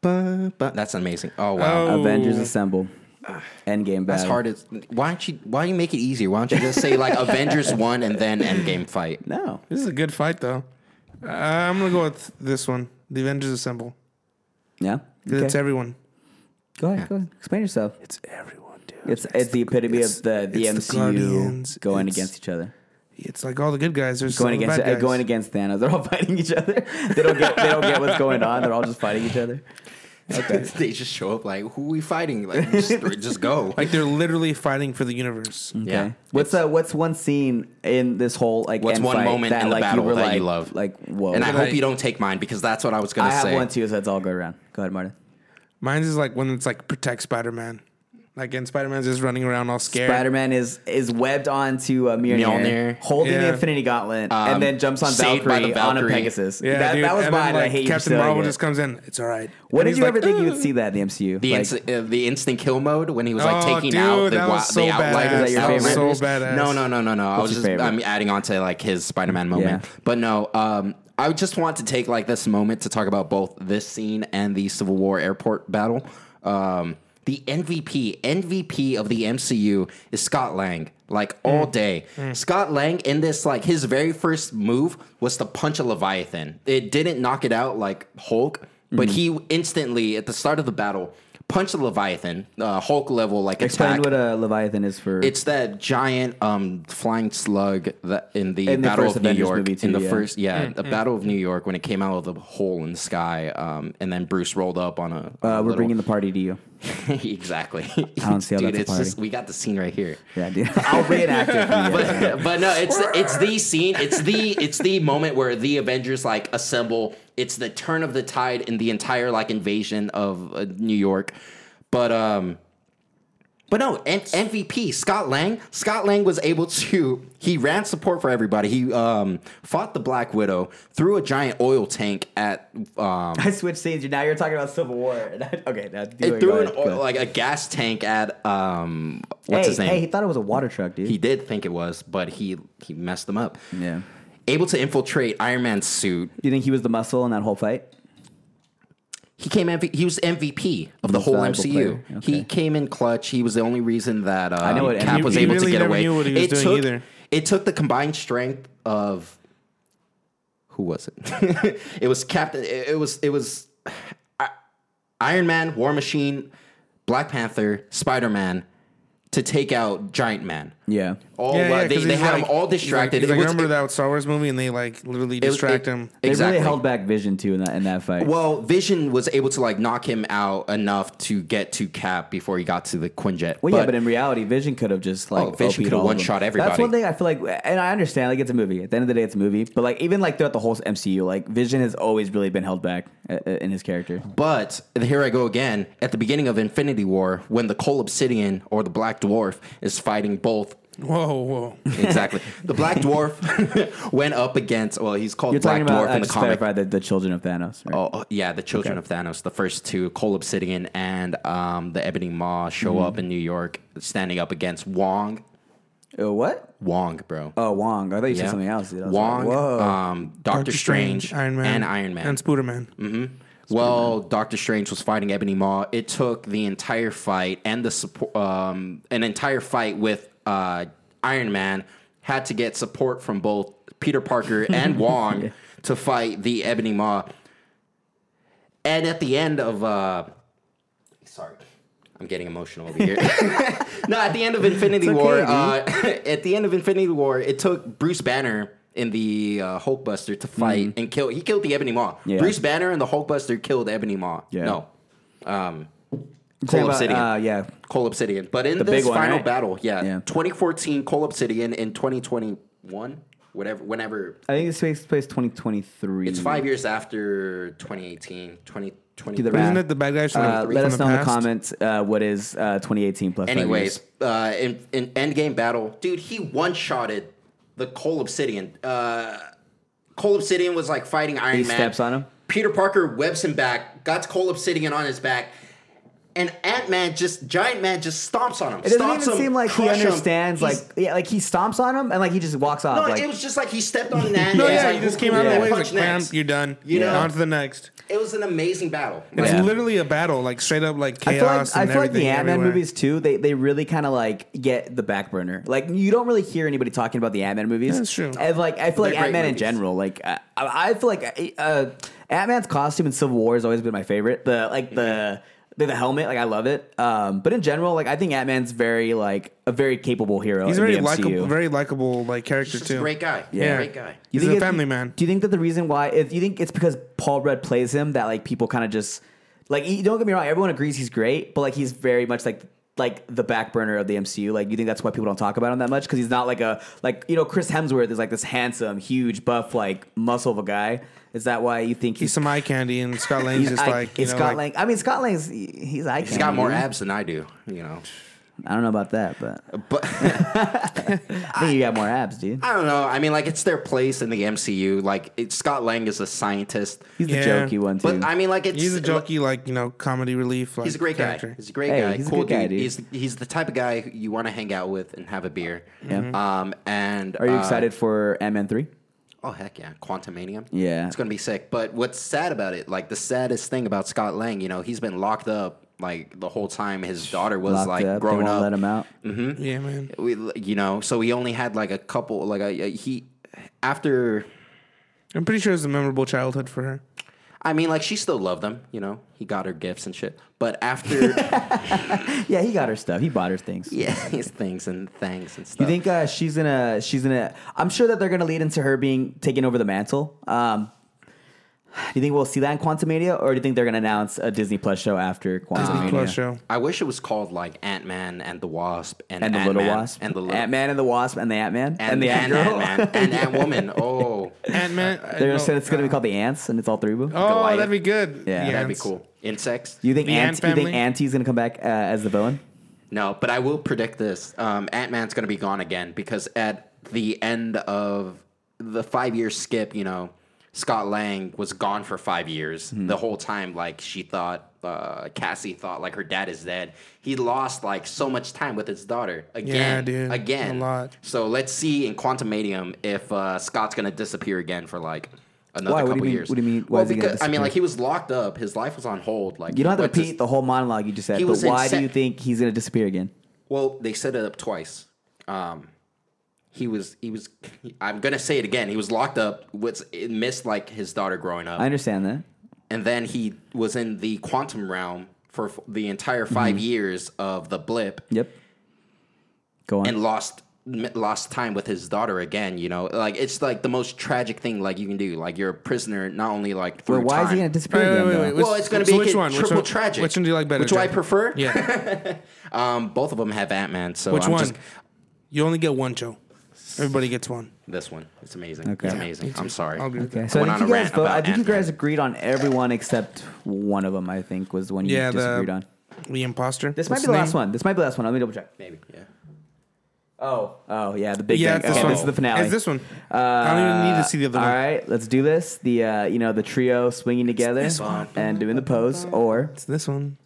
Speaker 1: Ba- ba- That's amazing. Oh wow,
Speaker 3: Oh.
Speaker 2: Avengers assemble. Endgame battle.
Speaker 1: that's hard. As, why don't you why don't you make it easier? Why don't you just say like Avengers one and then Endgame fight?
Speaker 2: No.
Speaker 3: this is a good fight, though. Uh, I'm gonna go with this one. The Avengers Assemble.
Speaker 2: Yeah.
Speaker 3: 'Cause It's
Speaker 2: Okay.
Speaker 3: everyone.
Speaker 2: Go ahead. Go ahead. Explain yourself.
Speaker 3: It's everyone, dude.
Speaker 2: It's it's the epitome
Speaker 3: it's-
Speaker 2: of the, the
Speaker 3: it's the
Speaker 2: MCU
Speaker 3: Guardians.
Speaker 2: going
Speaker 3: It's-
Speaker 2: against each other.
Speaker 3: It's like all the good guys are
Speaker 2: Going
Speaker 3: going
Speaker 2: against
Speaker 3: the bad
Speaker 2: uh,
Speaker 3: guys.
Speaker 2: going against Thanos. They're all fighting each other. They don't get they don't get what's going on. They're all just fighting each other.
Speaker 1: they just show up like, who we fighting? Like, just, just go.
Speaker 3: like they're literally fighting for the universe.
Speaker 1: Yeah.
Speaker 2: Okay. What's uh what's one scene in this whole like
Speaker 1: What's
Speaker 2: end
Speaker 1: one
Speaker 2: fight
Speaker 1: moment
Speaker 2: that,
Speaker 1: in the
Speaker 2: like,
Speaker 1: battle
Speaker 2: you were,
Speaker 1: that
Speaker 2: like,
Speaker 1: you love?
Speaker 2: Like whoa.
Speaker 1: And I
Speaker 3: Can
Speaker 1: hope
Speaker 3: I-
Speaker 1: you don't take mine because that's what I was gonna
Speaker 2: I have
Speaker 1: say.
Speaker 2: one too, so let's all go around. Go ahead, Martin.
Speaker 3: Mine's is like one that's like protect Spider Man. Like and Spider Man's just running around all scared.
Speaker 2: Spider Man is is webbed onto uh, Mjolnir,
Speaker 1: Mjolnir.
Speaker 2: holding the
Speaker 3: Yeah.
Speaker 2: Infinity Gauntlet,
Speaker 1: Um,
Speaker 2: and then jumps on
Speaker 1: saved by the
Speaker 2: Valkyrie, on a
Speaker 1: Valkyrie.
Speaker 2: Pegasus.
Speaker 3: yeah,
Speaker 2: that,
Speaker 3: dude.
Speaker 2: that was
Speaker 3: And then,
Speaker 2: mine.
Speaker 3: like,
Speaker 2: I hate you
Speaker 3: Captain
Speaker 2: stealing
Speaker 3: Marvel
Speaker 2: it.
Speaker 3: just comes in. It's all right.
Speaker 2: What
Speaker 3: And
Speaker 2: did
Speaker 3: he's
Speaker 2: you ever
Speaker 3: like,
Speaker 2: think you
Speaker 3: "Ugh."
Speaker 2: would see that in the MCU?
Speaker 1: The,
Speaker 2: Like,
Speaker 1: inst- uh, the instant kill mode when he was like
Speaker 3: Oh,
Speaker 1: taking
Speaker 3: dude,
Speaker 1: out the,
Speaker 3: that
Speaker 1: wa-
Speaker 3: was so
Speaker 1: the
Speaker 3: badass.
Speaker 1: outliers.
Speaker 2: Is that your That
Speaker 3: was favorite? so badass.
Speaker 1: No, no, no, no, no. I
Speaker 2: What's
Speaker 1: was
Speaker 2: your
Speaker 1: just
Speaker 2: favorite?
Speaker 1: I'm adding on to like his Spider-Man moment.
Speaker 2: Yeah.
Speaker 1: But no, um, I would just want to take like this moment to talk about both this scene and the Civil War airport battle. Um, the MVP, MVP of the MCU is Scott Lang. Like all
Speaker 2: Mm.
Speaker 1: day, Scott Lang in this like his very first move was to punch a Leviathan. It didn't knock it out like Hulk, but
Speaker 2: Mm.
Speaker 1: he instantly at the start of the battle punched a Leviathan, uh, Hulk level like
Speaker 2: explain
Speaker 1: attack.
Speaker 2: what a Leviathan is for.
Speaker 1: It's that giant um, flying slug that in the
Speaker 2: In the
Speaker 1: Battle
Speaker 2: first
Speaker 1: of New
Speaker 2: Avengers
Speaker 1: York
Speaker 2: movie too,
Speaker 1: in the
Speaker 2: yeah.
Speaker 1: first yeah the Battle of New York when it came out of the hole in the sky um, and then Bruce rolled up on a, on a
Speaker 2: uh, we're
Speaker 1: little-
Speaker 2: bringing the party to you.
Speaker 1: exactly
Speaker 2: I don't see how
Speaker 1: dude
Speaker 2: that's a
Speaker 1: it's just
Speaker 2: party.
Speaker 1: we got the scene right here
Speaker 2: Yeah, dude. I'll reenact it. for you.
Speaker 1: but, but no, it's the, it's the scene. It's the it's the moment where the Avengers like assemble. It's the turn of the tide in the entire like invasion of uh, New York. But um, but no, M- MVP Scott Lang. Scott Lang was able to he ran support for everybody. He um fought the Black Widow, threw a giant oil tank at um
Speaker 2: I switched scenes. Now you're talking about Civil War. And I- okay, now
Speaker 1: it
Speaker 2: do it.
Speaker 1: threw
Speaker 2: Go
Speaker 1: an
Speaker 2: ahead, go
Speaker 1: oil,
Speaker 2: ahead.
Speaker 1: like a gas tank at um what's
Speaker 2: hey,
Speaker 1: his name.
Speaker 2: Hey, he thought it was a water truck, dude.
Speaker 1: he did think it was, but he he messed them up.
Speaker 2: yeah.
Speaker 1: able to infiltrate Iron Man's suit.
Speaker 2: Do you think he was the muscle in that whole fight?
Speaker 1: He came MV- he was MVP of the
Speaker 2: Most
Speaker 1: whole
Speaker 2: valuable
Speaker 1: MCU.
Speaker 2: player. Okay.
Speaker 1: He came in clutch. He was the only reason that um, I
Speaker 2: know what
Speaker 1: Cap
Speaker 2: MVP
Speaker 1: was
Speaker 2: He
Speaker 1: able
Speaker 3: really
Speaker 1: to get
Speaker 3: never
Speaker 1: away.
Speaker 3: knew what he was
Speaker 1: it
Speaker 3: doing
Speaker 1: took
Speaker 3: either.
Speaker 1: it took the combined strength of who was it? it was Captain. It, it was it was I- Iron Man, War Machine, Black Panther, Spider Man to take out Giant Man.
Speaker 2: Yeah.
Speaker 1: All
Speaker 3: Yeah,
Speaker 1: uh,
Speaker 3: yeah,
Speaker 1: they,
Speaker 3: 'cause
Speaker 1: they
Speaker 3: he's
Speaker 1: had
Speaker 3: like-
Speaker 1: them all
Speaker 3: he's like-
Speaker 1: distracted.
Speaker 3: he's like,
Speaker 1: it was,
Speaker 3: remember that Star Wars movie, and they like literally
Speaker 1: it was-
Speaker 3: distract
Speaker 1: it-
Speaker 3: him.
Speaker 2: They
Speaker 1: exactly.
Speaker 2: really held back Vision too in that in that fight.
Speaker 1: Well, Vision was able to like knock him out enough to get to Cap before he got to the Quinjet.
Speaker 2: Well, yeah, but in reality, Vision could have just like
Speaker 1: Oh, Vision could
Speaker 2: OP'd
Speaker 1: have
Speaker 2: all of
Speaker 1: one
Speaker 2: them.
Speaker 1: shot
Speaker 2: That's
Speaker 1: everybody.
Speaker 2: one thing I feel like, and I understand. Like it's a movie. At the end of the day, it's a movie. But like even like throughout the whole MCU, like Vision has always really been held back uh, uh, in his character.
Speaker 1: but here I go again at the beginning of Infinity War when the Coal Obsidian or the Black Dwarf is fighting both.
Speaker 3: Whoa, whoa.
Speaker 1: Exactly. the Black Dwarf went up against. Well, he's called
Speaker 2: You're
Speaker 1: Black
Speaker 2: talking about
Speaker 1: Dwarf
Speaker 2: uh,
Speaker 1: in the
Speaker 2: just
Speaker 1: comic.
Speaker 2: clarify the, the children of Thanos. Right?
Speaker 1: Oh oh, yeah, the Children of Thanos, the first two, Cole Obsidian and um, the Ebony Maw show
Speaker 2: Mm-hmm.
Speaker 1: up in New York, standing up against Wong. Oh.
Speaker 2: Uh, what?
Speaker 1: Wong, bro.
Speaker 2: Oh, Wong. I thought you said something else. dude. I was like,
Speaker 1: Wong,
Speaker 2: Whoa.
Speaker 1: um, Doctor, Strange,
Speaker 3: Iron Man,
Speaker 1: and Iron Man. Mm.
Speaker 3: and Spider-Man.
Speaker 1: Well, Doctor Strange was fighting Ebony Maw. It took the entire fight and the support, um, an entire fight with uh, Iron Man. Had to get support from both Peter Parker and Wong to fight the Ebony Maw. And at the end of, uh, sorry, I'm getting emotional over here. no, at the end of Infinity
Speaker 2: okay,
Speaker 1: War,
Speaker 2: dude.
Speaker 1: uh, at the end of Infinity War, it took Bruce Banner in the uh, Hulkbuster to fight and kill. He killed the Ebony Maw.
Speaker 2: Mm-hmm. Yeah.
Speaker 1: Bruce Banner and the Hulkbuster killed Ebony Maw.
Speaker 2: Yeah.
Speaker 1: No, um,
Speaker 2: Talking
Speaker 1: Cole
Speaker 2: about,
Speaker 1: Obsidian.
Speaker 2: uh, yeah.
Speaker 1: Cole Obsidian. But in
Speaker 2: big
Speaker 1: this
Speaker 2: one,
Speaker 1: final
Speaker 2: right?
Speaker 1: battle, yeah,
Speaker 2: Yeah.
Speaker 1: 2014 Cole Obsidian in 2021, whatever, whenever.
Speaker 2: I think this takes place 2023.
Speaker 1: It's five years after 2018, 2020.
Speaker 2: Do the
Speaker 3: Isn't
Speaker 2: math.
Speaker 3: it the bad guys from,
Speaker 2: Uh,
Speaker 3: the,
Speaker 2: let
Speaker 3: from
Speaker 2: us
Speaker 3: the
Speaker 2: know in the
Speaker 3: past?
Speaker 2: comments uh, what is uh, 2018 plus. five
Speaker 1: Anyways,
Speaker 2: years.
Speaker 1: uh, in, in Endgame Battle, dude, he one shotted the Cole Obsidian. Uh, Cole Obsidian was like fighting Iron
Speaker 2: He
Speaker 1: Man.
Speaker 2: steps on him?
Speaker 1: Peter Parker webs him back, got Cole Obsidian on his back, and Ant Man just, Giant Man just stomps on him.
Speaker 2: It doesn't even seem like he understands. Like,
Speaker 1: Like
Speaker 2: yeah, like he stomps on him and like he just walks off.
Speaker 1: no,
Speaker 2: like,
Speaker 1: it was just like he stepped on Ant.
Speaker 3: No,
Speaker 1: and it's
Speaker 3: yeah,
Speaker 1: like,
Speaker 3: you just
Speaker 1: who-
Speaker 3: came
Speaker 1: who
Speaker 3: out of the
Speaker 1: can
Speaker 3: way.
Speaker 1: punch
Speaker 3: Like, bam,
Speaker 1: next?
Speaker 3: you're done.
Speaker 1: You know?
Speaker 3: on to the next.
Speaker 1: It was an amazing battle.
Speaker 3: It's
Speaker 1: Like,
Speaker 3: literally a battle, like straight up, like
Speaker 2: I feel
Speaker 3: chaos.
Speaker 2: like I
Speaker 3: and
Speaker 2: feel like the
Speaker 3: everything
Speaker 2: Ant Man
Speaker 3: everywhere.
Speaker 2: movies too. They they really kind of like get the back burner. Like you don't really hear anybody talking about the Ant Man movies.
Speaker 3: That's true.
Speaker 2: And like I feel like
Speaker 1: They're great
Speaker 2: Ant Man in
Speaker 1: movies.
Speaker 2: general. Like I, I I feel like uh, Ant Man's costume in Civil War has always been my favorite. The like the The, the helmet, like I love it. Um, but in general, like I think Ant Man's very like a very capable hero.
Speaker 3: He's
Speaker 2: in
Speaker 3: very
Speaker 2: the MCU.
Speaker 3: likable, very likable like character
Speaker 1: He's just
Speaker 3: too.
Speaker 1: a great guy.
Speaker 3: Yeah.
Speaker 1: Great guy.
Speaker 2: You
Speaker 3: He's
Speaker 2: think
Speaker 3: a
Speaker 2: if-
Speaker 3: family man.
Speaker 2: Do you think that the reason why? If you think it's because Paul Rudd plays him, that like people kind of just like you- don't get me wrong, everyone agrees he's great, but like he's very much like like the back burner of the MCU. Like you think that's why people don't talk about him that much because he's not like a like you know Chris Hemsworth is like this handsome, huge, buff, like muscle of a guy. Is that why you think
Speaker 3: He's
Speaker 2: he's,
Speaker 3: some eye candy, and Scott Lang's just
Speaker 2: I-
Speaker 3: like you
Speaker 2: it's
Speaker 3: know,
Speaker 2: Scott
Speaker 3: like,
Speaker 2: Lang? I mean, Scott Lang's he- he's I
Speaker 1: He's got more abs than I do, you know.
Speaker 2: I don't know about that, but
Speaker 1: But
Speaker 2: I think you got more abs, dude.
Speaker 1: I don't know. I mean, like it's their place in the MCU. Like it, Scott Lang is a scientist,
Speaker 2: He's the
Speaker 3: Yeah.
Speaker 2: jokey one too.
Speaker 1: but I mean, like it's
Speaker 3: He's a jokey, like you know, comedy relief. Like,
Speaker 1: He's a great guy.
Speaker 3: character.
Speaker 1: He's a great
Speaker 2: Hey,
Speaker 1: guy.
Speaker 2: he's a
Speaker 1: cool
Speaker 2: good guy,
Speaker 1: dude.
Speaker 2: dude.
Speaker 1: He's he's the type of guy who you want to hang out with and have a beer.
Speaker 3: Mm-hmm.
Speaker 1: Um. And
Speaker 2: Are you
Speaker 1: uh,
Speaker 2: excited for Ant Man three?
Speaker 1: Oh heck yeah, Quantumania.
Speaker 2: Yeah.
Speaker 1: it's gonna be sick. But what's sad about it, like the saddest thing about Scott Lang, you know, he's been locked up like the whole time his daughter was
Speaker 2: Locked
Speaker 1: like
Speaker 2: up, they
Speaker 1: growing
Speaker 2: won't
Speaker 1: up.
Speaker 2: let him out.
Speaker 3: Yeah, man.
Speaker 1: We, you know, so he only had like a couple. Like a, a- he after.
Speaker 3: I'm pretty sure it's a memorable childhood for her.
Speaker 1: I mean, like she still loved him. You know, he got her gifts and shit. But after,
Speaker 2: Yeah, he got her stuff. He bought her things.
Speaker 1: yeah, his things and things and stuff.
Speaker 2: You think uh, she's gonna? She's gonna. I'm sure that they're gonna lead into her being taking over the mantle. Um, do you think we'll see that in Quantum Media, or do you think they're gonna announce a Disney Plus show after Quantum
Speaker 3: Disney Plus show.
Speaker 1: I wish it was called like Ant Man and the Wasp and,
Speaker 2: and the
Speaker 1: Ant-Man
Speaker 2: Little Wasp
Speaker 1: and the little
Speaker 2: Ant Man and the Wasp and the Ant Man
Speaker 1: and,
Speaker 2: the
Speaker 1: and
Speaker 2: Ant Girl.
Speaker 1: Ant-Man and Ant Woman. Oh,
Speaker 3: Ant Man.
Speaker 2: They're gonna say it's gonna be called the Ants, and it's all three of them.
Speaker 3: uh, Oh,
Speaker 1: Goliath.
Speaker 3: that'd be good.
Speaker 2: Yeah.
Speaker 1: that'd
Speaker 3: The
Speaker 1: be
Speaker 3: ants.
Speaker 1: cool. Insects?
Speaker 2: You think
Speaker 3: The Ant
Speaker 2: Ant? You think
Speaker 3: family?
Speaker 2: Auntie's gonna come back uh, as the villain?
Speaker 1: No, but I will predict this. Um, Ant Man's gonna be gone again because at the end of the five year skip, you know, Scott Lang was gone for five years.
Speaker 2: Hmm.
Speaker 1: The whole time, like she thought, uh, Cassie thought, like her dad is dead. He lost like so much time with his daughter again,
Speaker 3: dude.
Speaker 1: again,
Speaker 3: A lot.
Speaker 1: So let's see in Quantumanium if uh, Scott's gonna disappear again for like another
Speaker 2: Why? What do
Speaker 1: couple
Speaker 2: you mean-
Speaker 1: years.
Speaker 2: what do you mean, why
Speaker 1: Well,
Speaker 2: is he gonna
Speaker 1: because I mean,
Speaker 2: disappear?
Speaker 1: like he was locked up. His life was on hold. Like
Speaker 2: You don't have to
Speaker 1: what's his-
Speaker 2: repeat the whole monologue you just said.
Speaker 1: He
Speaker 2: But
Speaker 1: was in
Speaker 2: why do
Speaker 1: sec-
Speaker 2: you think he's gonna disappear again?
Speaker 1: Well, they set it up twice. Um, he was he was. I'm gonna say it again. He was locked up. Was it missed like his daughter growing up,
Speaker 2: I understand that.
Speaker 1: and then he was in the quantum realm for f- the entire 5
Speaker 2: Mm-hmm.
Speaker 1: years of the blip,
Speaker 2: Yep. Go on.
Speaker 1: and lost m- lost time with his daughter again. You know, like it's like the most tragic thing like you can do. Like you're a prisoner, not only like through
Speaker 2: But why
Speaker 1: time.
Speaker 2: is he gonna disappear
Speaker 3: Wait,
Speaker 2: again?
Speaker 3: wait, wait,
Speaker 2: though?
Speaker 3: wait,
Speaker 1: well,
Speaker 3: which-
Speaker 1: it's going to be
Speaker 3: so which
Speaker 1: a
Speaker 3: one? Which
Speaker 1: triple
Speaker 3: one-
Speaker 1: tragic.
Speaker 3: Which one do you like better?
Speaker 1: Which do I
Speaker 3: Joe?
Speaker 1: prefer?
Speaker 3: Yeah.
Speaker 1: Um, both of them have Ant Man, so
Speaker 3: Which
Speaker 1: I'm
Speaker 3: one?
Speaker 1: just
Speaker 3: You only get one, Joe. Everybody gets one.
Speaker 1: This one. It's amazing.
Speaker 2: Okay.
Speaker 1: It's
Speaker 2: Yeah,
Speaker 1: amazing. I'm sorry.
Speaker 3: I'll agree with
Speaker 2: Okay,
Speaker 3: that.
Speaker 2: so I
Speaker 1: went
Speaker 2: think,
Speaker 1: on
Speaker 2: you
Speaker 1: a
Speaker 2: guys
Speaker 1: rant
Speaker 2: vote.
Speaker 1: about
Speaker 2: I think you
Speaker 1: Ant-Man.
Speaker 2: guys agreed on everyone except one of them. I think was the one you
Speaker 3: Yeah,
Speaker 2: disagreed
Speaker 3: the,
Speaker 2: on.
Speaker 3: the imposter.
Speaker 2: This
Speaker 3: What's
Speaker 2: might be the
Speaker 3: his
Speaker 2: last
Speaker 3: name?
Speaker 2: one. This might be the last one. Let me double check.
Speaker 1: Maybe. Yeah.
Speaker 2: Oh, oh yeah, the big bang.
Speaker 3: Yeah, it's this
Speaker 2: Okay,
Speaker 3: one.
Speaker 2: this is the finale. Uh,
Speaker 3: It's this one. I don't even need to see the other
Speaker 2: All
Speaker 3: one.
Speaker 2: right, let's do this. The uh, you know the trio swinging together
Speaker 3: this one.
Speaker 2: and doing the pose. Or
Speaker 3: It's this one.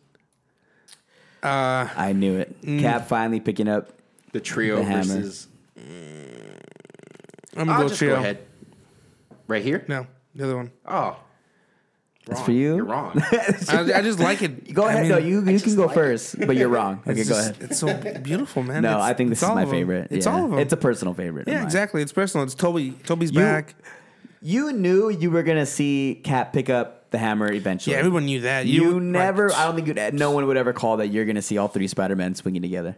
Speaker 3: Uh,
Speaker 2: I knew it.
Speaker 3: Mm.
Speaker 2: Cap finally picking up.
Speaker 1: The trio
Speaker 2: The hammer.
Speaker 1: versus.
Speaker 3: I'm gonna
Speaker 1: I'll
Speaker 3: go
Speaker 1: just
Speaker 3: trio.
Speaker 1: go ahead. Right here.
Speaker 3: No, the other one.
Speaker 1: Oh. That's
Speaker 2: for you?
Speaker 1: You're wrong.
Speaker 3: I, I just like it.
Speaker 2: Go
Speaker 3: I
Speaker 2: ahead.
Speaker 3: mean,
Speaker 2: no, you you can
Speaker 1: just
Speaker 2: go
Speaker 1: like it.
Speaker 2: first, but you're wrong. Okay,
Speaker 3: it's
Speaker 2: go
Speaker 3: just-
Speaker 2: ahead.
Speaker 3: It's so beautiful, man.
Speaker 2: No,
Speaker 3: It's-
Speaker 2: I think
Speaker 3: it's
Speaker 2: this is
Speaker 3: all
Speaker 2: my
Speaker 3: of 'em.
Speaker 2: favorite.
Speaker 3: It's
Speaker 2: Yeah.
Speaker 3: all of them.
Speaker 2: It's a personal favorite. of
Speaker 3: yeah,
Speaker 2: mine.
Speaker 3: exactly. It's personal. It's Toby. Toby's
Speaker 2: You-
Speaker 3: back.
Speaker 2: You knew you were gonna see Cap pick up the hammer eventually.
Speaker 3: Yeah, everyone knew that.
Speaker 2: You,
Speaker 3: like,
Speaker 2: never. I don't think you'd, no one would ever call that you're gonna see all three Spider Men swinging together,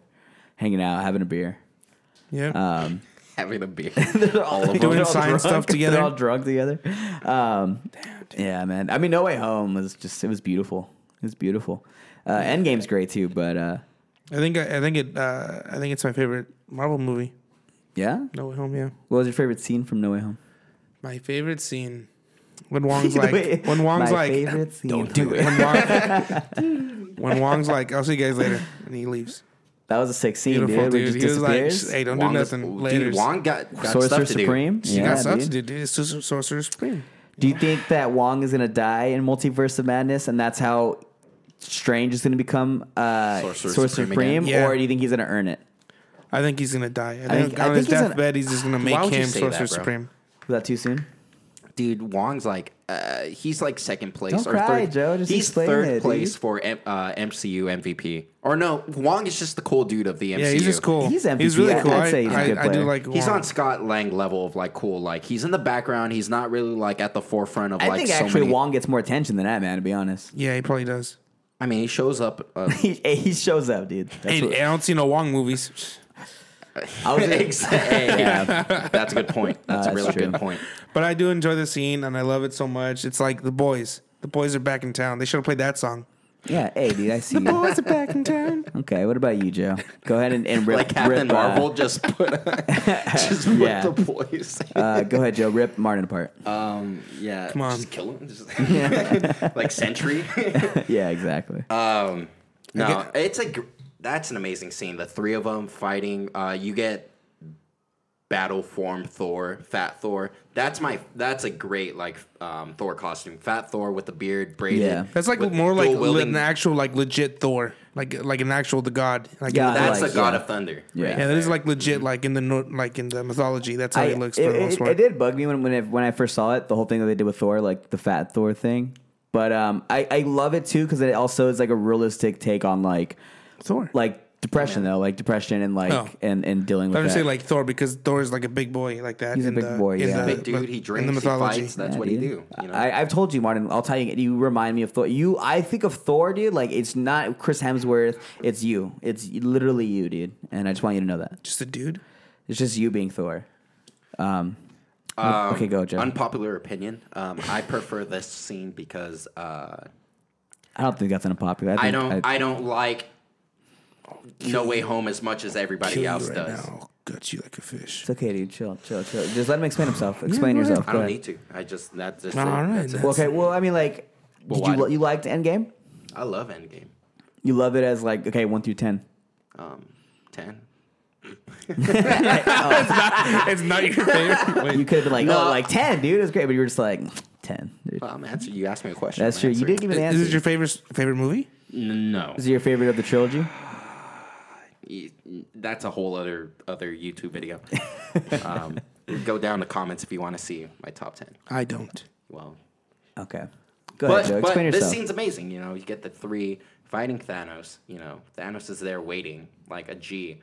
Speaker 2: hanging out, having a beer.
Speaker 3: yeah.
Speaker 2: Um,
Speaker 1: Having a beer.
Speaker 2: they're all,
Speaker 1: of them.
Speaker 3: Doing
Speaker 2: they're
Speaker 3: science
Speaker 2: drunk.
Speaker 3: stuff together.
Speaker 2: They're all drunk together. Um, yeah, man. I mean, No Way Home was just. It was beautiful. It was beautiful. Uh, Endgame's great too, but uh,
Speaker 3: I think. I, I think it. Uh, I think it's my favorite Marvel movie.
Speaker 2: yeah.
Speaker 3: No Way Home. Yeah.
Speaker 2: What was your favorite scene from No Way Home?
Speaker 3: My favorite scene. When Wong's
Speaker 2: The
Speaker 3: like.
Speaker 2: way-
Speaker 3: when Wong's
Speaker 2: my
Speaker 3: like.
Speaker 2: favorite scene.
Speaker 1: Don't do it.
Speaker 3: When, Wong- when Wong's like, I'll see you guys later, and he leaves.
Speaker 2: That was a sick scene,
Speaker 3: Beautiful
Speaker 2: dude.
Speaker 3: dude.
Speaker 2: where It just
Speaker 3: He was like,
Speaker 2: disappears.
Speaker 3: "Hey, don't
Speaker 1: Wong
Speaker 3: do
Speaker 1: is-
Speaker 3: nothing
Speaker 1: dude,
Speaker 3: later."
Speaker 1: Wong got, got
Speaker 2: Sorcerer
Speaker 1: stuff to
Speaker 2: Supreme.
Speaker 1: do.
Speaker 3: She
Speaker 2: Yeah,
Speaker 3: got stuff to
Speaker 2: dude.
Speaker 3: do, dude. It's Sorcer- Sorcerer Supreme.
Speaker 2: Do you think that Wong is going to die in Multiverse of Madness, and that's how Strange is going to become uh, Sorcerer,
Speaker 1: Sorcerer
Speaker 2: Supreme,
Speaker 1: Supreme again?
Speaker 3: Yeah.
Speaker 2: or do you think he's going to earn it?
Speaker 3: I think he's gonna die. I think,
Speaker 2: think- I
Speaker 3: on
Speaker 2: think
Speaker 3: his
Speaker 2: he's gonna-
Speaker 3: deathbed, he's just gonna make
Speaker 1: would you
Speaker 3: him
Speaker 1: say that, bro?
Speaker 3: Sorcerer Supreme.
Speaker 2: Was that too soon?
Speaker 1: Dude, Wong's like, uh, he's like second place
Speaker 2: Don't
Speaker 1: or
Speaker 2: cry,
Speaker 1: third.
Speaker 2: Joe. Just
Speaker 1: he's
Speaker 2: explain
Speaker 1: third
Speaker 2: it, dude.
Speaker 1: place for M- uh, MCU MVP. Or no, Wong is just the cool dude of the MCU.
Speaker 3: Yeah, he's just cool.
Speaker 2: He's MVP.
Speaker 3: He's really
Speaker 2: I'd-
Speaker 3: cool.
Speaker 2: I'd
Speaker 3: I,
Speaker 2: say he's a
Speaker 3: I-
Speaker 2: good
Speaker 3: I do
Speaker 2: player.
Speaker 3: like.
Speaker 1: He's
Speaker 3: Wong.
Speaker 1: on Scott Lang level of like cool. Like he's in the background. He's not really like at the forefront of
Speaker 2: I
Speaker 1: like
Speaker 2: think
Speaker 1: so
Speaker 2: actually
Speaker 1: many.
Speaker 2: Wong gets more attention than that man. To be honest,
Speaker 3: Yeah, he probably does.
Speaker 1: I mean, he shows up. Uh,
Speaker 2: he, he shows up, dude. That's
Speaker 3: Hey,
Speaker 2: what-
Speaker 3: I don't see no Wong movies.
Speaker 2: I was
Speaker 1: exactly.
Speaker 2: yeah.
Speaker 1: That's a good point. That's a
Speaker 2: that's
Speaker 1: really
Speaker 2: true.
Speaker 1: good point.
Speaker 3: But I do enjoy the scene and I love it so much. It's like the boys. The boys are back in town. They should have played that song.
Speaker 2: yeah, hey, dude, I see you.
Speaker 3: Boys are back in town.
Speaker 2: Okay, what about you, Joe? Go ahead and, and rip,
Speaker 1: Like Captain
Speaker 2: rip, uh,
Speaker 1: Marvel just put just put
Speaker 2: Yeah.
Speaker 1: the boys.
Speaker 2: Uh, go ahead, Joe. Rip Martin apart.
Speaker 1: um, yeah,
Speaker 3: on.
Speaker 1: just kill him. Just like Sentry.
Speaker 2: yeah, exactly.
Speaker 1: Um, no, it's a gr- that's an amazing scene. The three of them fighting. Uh, you get battle form Thor, Fat Thor. That's my that's a great like um, Thor costume. Fat Thor with the beard braided.
Speaker 2: Yeah.
Speaker 3: That's like
Speaker 1: with
Speaker 3: more like
Speaker 1: dual
Speaker 3: le-
Speaker 1: wielding-
Speaker 3: an actual like legit Thor, like like an actual the god. Like
Speaker 2: Yeah,
Speaker 3: in the-
Speaker 2: I
Speaker 1: That's
Speaker 2: like,
Speaker 1: the God
Speaker 2: yeah.
Speaker 1: of Thunder.
Speaker 2: Yeah.
Speaker 3: yeah, that is like legit, like in the nor- like in the mythology. That's how
Speaker 2: I-
Speaker 3: he looks
Speaker 2: it,
Speaker 3: for the most
Speaker 2: it-
Speaker 3: part.
Speaker 2: it did bug me when when I, when I first saw it, the whole thing that they did with Thor, like the fat Thor thing. But um, I, I love it too because it also is like a realistic take on like
Speaker 3: Thor.
Speaker 2: like depression though, like depression and like
Speaker 3: Oh.
Speaker 2: and and dealing with.
Speaker 3: I'm
Speaker 2: that.
Speaker 3: just saying like Thor because Thor is like a big boy like that.
Speaker 2: He's a
Speaker 3: in
Speaker 2: big
Speaker 3: the-
Speaker 2: boy,
Speaker 3: in
Speaker 2: yeah.
Speaker 3: the-
Speaker 1: Big dude, he drinks,
Speaker 3: in the
Speaker 1: he
Speaker 3: mythology.
Speaker 1: fights. That's
Speaker 2: Yeah,
Speaker 1: what he
Speaker 2: dude.
Speaker 1: do. You know?
Speaker 2: I, I've told you, Martin. I'll tell you. You remind me of Thor. You, I think of Thor, dude. Like it's not Chris Hemsworth. It's you. It's literally you, dude. And I just want you to know that
Speaker 3: Just a dude.
Speaker 2: it's just you being Thor. Um, okay, go, Joe.
Speaker 1: Unpopular opinion. Um, I prefer this scene because uh,
Speaker 2: I don't think that's unpopular.
Speaker 1: I
Speaker 2: think
Speaker 1: don't I, don't like No Way Home as much as everybody
Speaker 3: Kill you
Speaker 1: else
Speaker 3: right
Speaker 1: does.
Speaker 3: now. Gut you like a fish.
Speaker 2: It's okay, dude. Chill, chill, chill. Just let him explain himself. Explain
Speaker 3: go ahead.
Speaker 2: yourself.
Speaker 1: I
Speaker 2: Go
Speaker 1: don't
Speaker 2: ahead.
Speaker 1: need to. I just that's just
Speaker 3: All
Speaker 1: it.
Speaker 3: right,
Speaker 1: That's it.
Speaker 3: then.
Speaker 2: Well, okay. Well, I mean, like,
Speaker 1: Well,
Speaker 2: did you
Speaker 1: why-
Speaker 2: you liked Endgame?
Speaker 1: I love Endgame.
Speaker 2: You love it as like okay, one through ten.
Speaker 1: Um, ten.
Speaker 3: it's not your favorite. Wait.
Speaker 2: You could have been like,
Speaker 1: No.
Speaker 2: oh, like ten, dude. It was great, but you were just like ten. Dude.
Speaker 1: Well, I'm answering. You asked me a question.
Speaker 2: That's
Speaker 1: I'm
Speaker 2: true. You
Speaker 1: answering.
Speaker 2: didn't give an
Speaker 3: Is
Speaker 2: answer.
Speaker 3: this your favorite favorite movie?
Speaker 1: N- No,
Speaker 2: Is it your favorite of the trilogy?
Speaker 1: Y- that's a whole other other YouTube video. um, go down to comments if you want to see my top ten.
Speaker 3: I don't.
Speaker 1: Well,
Speaker 2: Okay. Go
Speaker 1: but,
Speaker 2: ahead, Joe.
Speaker 1: but
Speaker 2: Explain
Speaker 1: this
Speaker 2: yourself.
Speaker 1: scene's amazing. You know, you get the three fighting Thanos. You know, Thanos is there waiting like a G.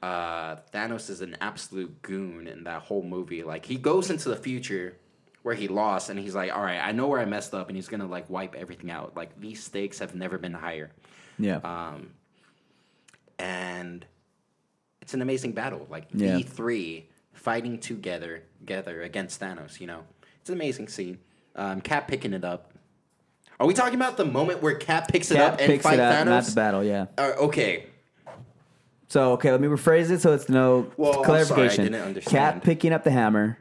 Speaker 1: Uh, Thanos is an absolute goon in that whole movie. Like he goes into the future where he lost, and he's like, "All right, I know where I messed up," and he's gonna like wipe everything out. Like these stakes have never been higher.
Speaker 2: yeah.
Speaker 1: Um, and it's an amazing battle. Like
Speaker 2: Yeah.
Speaker 1: the three fighting together, together against Thanos. You know, it's an amazing scene. Um, Cap picking it up. Are we talking about the moment where Cap picks it
Speaker 2: Cap
Speaker 1: up and
Speaker 2: picks
Speaker 1: fight
Speaker 2: it up, not
Speaker 1: Thanos?
Speaker 2: the battle. Yeah.
Speaker 1: Uh, okay,
Speaker 2: So okay, let me rephrase it so it's no
Speaker 1: Well, I'm sorry, I
Speaker 2: clarification.
Speaker 1: didn't understand.
Speaker 2: Cap picking up the hammer,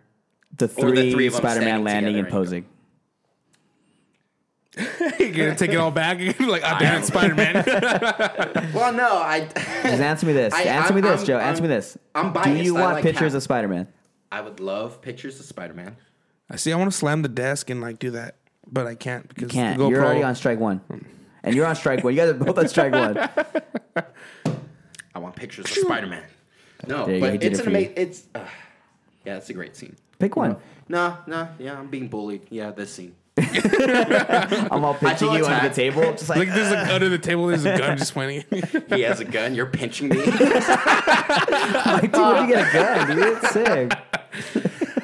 Speaker 2: the
Speaker 1: Or
Speaker 2: three,
Speaker 1: the three of 'em standing
Speaker 2: Spider-Man landing
Speaker 1: together
Speaker 2: and
Speaker 1: and-
Speaker 2: posing.
Speaker 3: You're gonna take it all back. like "Oh, I'm down Spider Man.
Speaker 1: Well, no, I.
Speaker 2: Just answer me this.
Speaker 1: I-
Speaker 2: answer me
Speaker 1: I'm-
Speaker 2: this,
Speaker 1: I'm-
Speaker 2: Joe. answer me
Speaker 1: I'm-
Speaker 2: this.
Speaker 1: I'm
Speaker 2: Do
Speaker 1: biased.
Speaker 2: you
Speaker 1: I
Speaker 2: want
Speaker 1: like
Speaker 2: pictures
Speaker 1: Cap.
Speaker 2: of Spider-Man?
Speaker 1: I would love pictures of Spider-Man.
Speaker 3: I see. I want to slam the desk and like do that, but I can't because the
Speaker 2: Can't.
Speaker 3: GoPro.
Speaker 2: You're already on strike one. And you're on strike one. You guys are both on strike one.
Speaker 1: I want pictures of Spider-Man. No,
Speaker 2: There you go, he
Speaker 1: but
Speaker 2: did
Speaker 1: it's
Speaker 2: it
Speaker 1: an
Speaker 2: for you.
Speaker 1: amazing. It's uh, yeah, it's a great scene.
Speaker 2: Pick one.
Speaker 1: No, no, yeah, I'm being bullied. Yeah, this scene.
Speaker 2: I'm all
Speaker 1: feel
Speaker 2: pinching you under the
Speaker 1: attacked.
Speaker 2: table. Just like,
Speaker 3: Like there's like under the table. There's a gun just pointing.
Speaker 1: He has a gun. You're pinching me.
Speaker 2: like, dude, where'd you get a gun, dude? It's sick.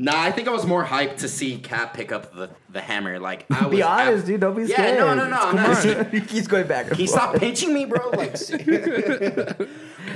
Speaker 1: Nah, I think I was more hyped to see Cap pick up the, the hammer. Like, I was
Speaker 2: Be
Speaker 1: ab-
Speaker 2: honest, dude. Don't be
Speaker 1: Yeah,
Speaker 2: scared.
Speaker 1: no, no, no. I'm not.
Speaker 2: He's going back.
Speaker 1: Can you stop pinching me, bro? Like,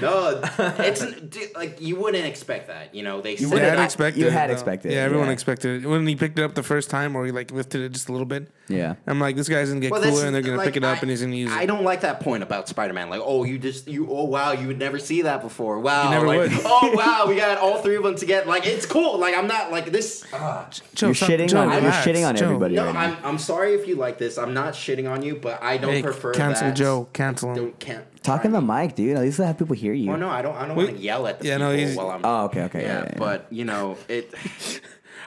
Speaker 1: no, it's an- dude, like you wouldn't expect that. You know, they set
Speaker 2: wouldn't
Speaker 1: it up.
Speaker 2: expect- you
Speaker 3: it,
Speaker 2: had
Speaker 3: though.
Speaker 2: expected it,
Speaker 3: Yeah, everyone
Speaker 2: yeah.
Speaker 3: expected it. When he picked it up the first time, or he like lifted it just a little bit.
Speaker 2: Yeah.
Speaker 3: I'm like, this guy's gonna get
Speaker 1: Well, this
Speaker 3: cooler,
Speaker 1: is-
Speaker 3: and they're gonna
Speaker 1: like,
Speaker 3: pick it up,
Speaker 1: I-
Speaker 3: and he's gonna use
Speaker 1: I
Speaker 3: it.
Speaker 1: don't like that point about Spider-Man. Like, oh, you just you. Oh, wow, you would never see that before. Wow,
Speaker 3: never
Speaker 1: like,
Speaker 3: would.
Speaker 1: oh, wow, we got all three of them together. Like, it's cool. Like, I'm not like this. ah.
Speaker 3: Joe,
Speaker 2: You're
Speaker 3: stop-
Speaker 2: shitting
Speaker 3: Joe,
Speaker 2: on- you're
Speaker 3: relax,
Speaker 2: shitting on
Speaker 3: Joe.
Speaker 2: everybody.
Speaker 1: No,
Speaker 2: right now.
Speaker 1: I'm I'm sorry if you like this. I'm not shitting on you, but I don't
Speaker 3: Hey,
Speaker 1: prefer
Speaker 3: cancel
Speaker 1: that.
Speaker 3: Joe. Cancel him.
Speaker 1: Don't can't
Speaker 2: Talk in the mic, dude. At least I have people hear you.
Speaker 1: Well, no, I don't. I don't
Speaker 3: We-
Speaker 1: want to yell at the
Speaker 3: Yeah, no,
Speaker 1: people
Speaker 3: he's-
Speaker 1: while I'm.
Speaker 2: Oh, okay, okay.
Speaker 1: yeah,
Speaker 2: Yeah, yeah, yeah.
Speaker 1: but you know it.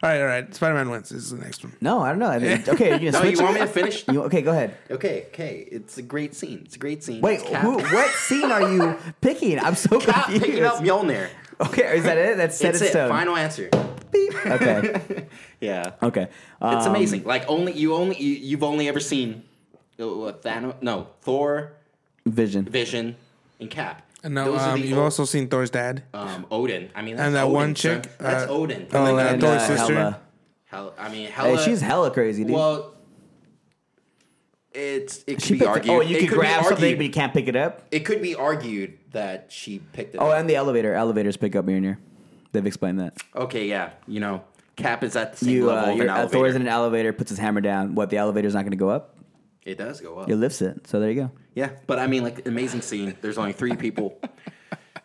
Speaker 3: All right, all right. Spider Man wins. This is the next one.
Speaker 2: No, I don't know. I think, okay, you can
Speaker 1: no,
Speaker 2: switch
Speaker 1: you
Speaker 2: it?
Speaker 1: want me to finish?
Speaker 2: You- okay, go ahead.
Speaker 1: Okay, okay. It's a great scene. It's a great scene.
Speaker 2: Wait,
Speaker 1: It's Cap,
Speaker 2: who, what scene are you picking? I'm so
Speaker 1: Cap
Speaker 2: confused.
Speaker 1: picking up Mjolnir.
Speaker 2: Okay, is that it? That's set
Speaker 1: That's
Speaker 2: in
Speaker 1: it.
Speaker 2: stone.
Speaker 1: Final answer.
Speaker 2: Okay,
Speaker 1: Yeah,
Speaker 2: okay.
Speaker 1: it's
Speaker 2: Um,
Speaker 1: amazing. Like only you only you, you've only ever seen uh, what, Thanos. No, Thor,
Speaker 2: Vision.
Speaker 1: Vision, and Cap.
Speaker 3: And now
Speaker 1: Those are
Speaker 3: um,
Speaker 1: the
Speaker 3: you've
Speaker 1: o-
Speaker 3: also seen Thor's dad.
Speaker 1: um, Odin. I mean, that's
Speaker 3: And that
Speaker 1: Odin,
Speaker 3: one
Speaker 1: son.
Speaker 3: chick,
Speaker 1: That's
Speaker 3: uh,
Speaker 1: Odin.
Speaker 3: Oh,
Speaker 2: And
Speaker 3: and,
Speaker 2: then,
Speaker 3: uh,
Speaker 2: uh,
Speaker 3: Thor's sister.
Speaker 2: Hela.
Speaker 1: Hell, I mean,
Speaker 2: Hey,
Speaker 1: hella,
Speaker 2: she's hella crazy, dude.
Speaker 1: Well, it's it
Speaker 2: She
Speaker 1: could be
Speaker 2: picked it-
Speaker 1: argued.
Speaker 2: oh, you
Speaker 1: it
Speaker 2: can
Speaker 1: could be
Speaker 2: grab something,
Speaker 1: argued-
Speaker 2: but you can't pick it up.
Speaker 1: It could be argued that she picked it.
Speaker 2: Oh,
Speaker 1: up.
Speaker 2: and the elevator. Elevators pick up Mjolnir. They've explained that.
Speaker 1: okay, yeah. You know, Cap is at the same
Speaker 2: uh, You,
Speaker 1: level
Speaker 2: uh,
Speaker 1: of
Speaker 2: you're,
Speaker 1: an
Speaker 2: uh,
Speaker 1: elevator.
Speaker 2: Thor's in an elevator, puts his hammer down. What? The elevator's not going to go up.
Speaker 1: it does go up.
Speaker 2: It lifts it. So there you go.
Speaker 1: Yeah, but I mean, like amazing scene. There's only three people.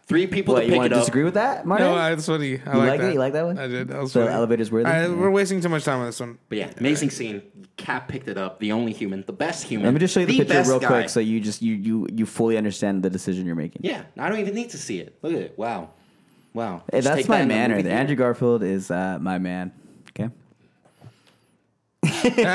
Speaker 1: Three people
Speaker 2: What
Speaker 1: to
Speaker 2: you
Speaker 1: pick
Speaker 2: want
Speaker 1: it
Speaker 2: to
Speaker 1: up.
Speaker 2: disagree with that, Martin?
Speaker 3: No, I, it's funny. I
Speaker 2: You
Speaker 3: like,
Speaker 2: like it?
Speaker 3: that.
Speaker 2: You like that one?
Speaker 3: I did. That was
Speaker 2: The
Speaker 3: funny.
Speaker 2: elevator's worthy?
Speaker 3: I-
Speaker 2: Yeah.
Speaker 3: We're wasting too much time on this one.
Speaker 1: But yeah, amazing scene. Cap picked it up. The only human, the best human.
Speaker 2: Let me just show you the, picture
Speaker 1: best
Speaker 2: real
Speaker 1: guy.
Speaker 2: quick, so you just you you you fully understand the decision you're making.
Speaker 1: yeah, I don't even need to see it. Look at it. Wow, wow.
Speaker 2: Hey,
Speaker 1: Just
Speaker 2: that's
Speaker 1: take
Speaker 2: my
Speaker 1: that in the
Speaker 2: man right
Speaker 1: movie
Speaker 2: there. Andrew Garfield is uh, my man. Okay. All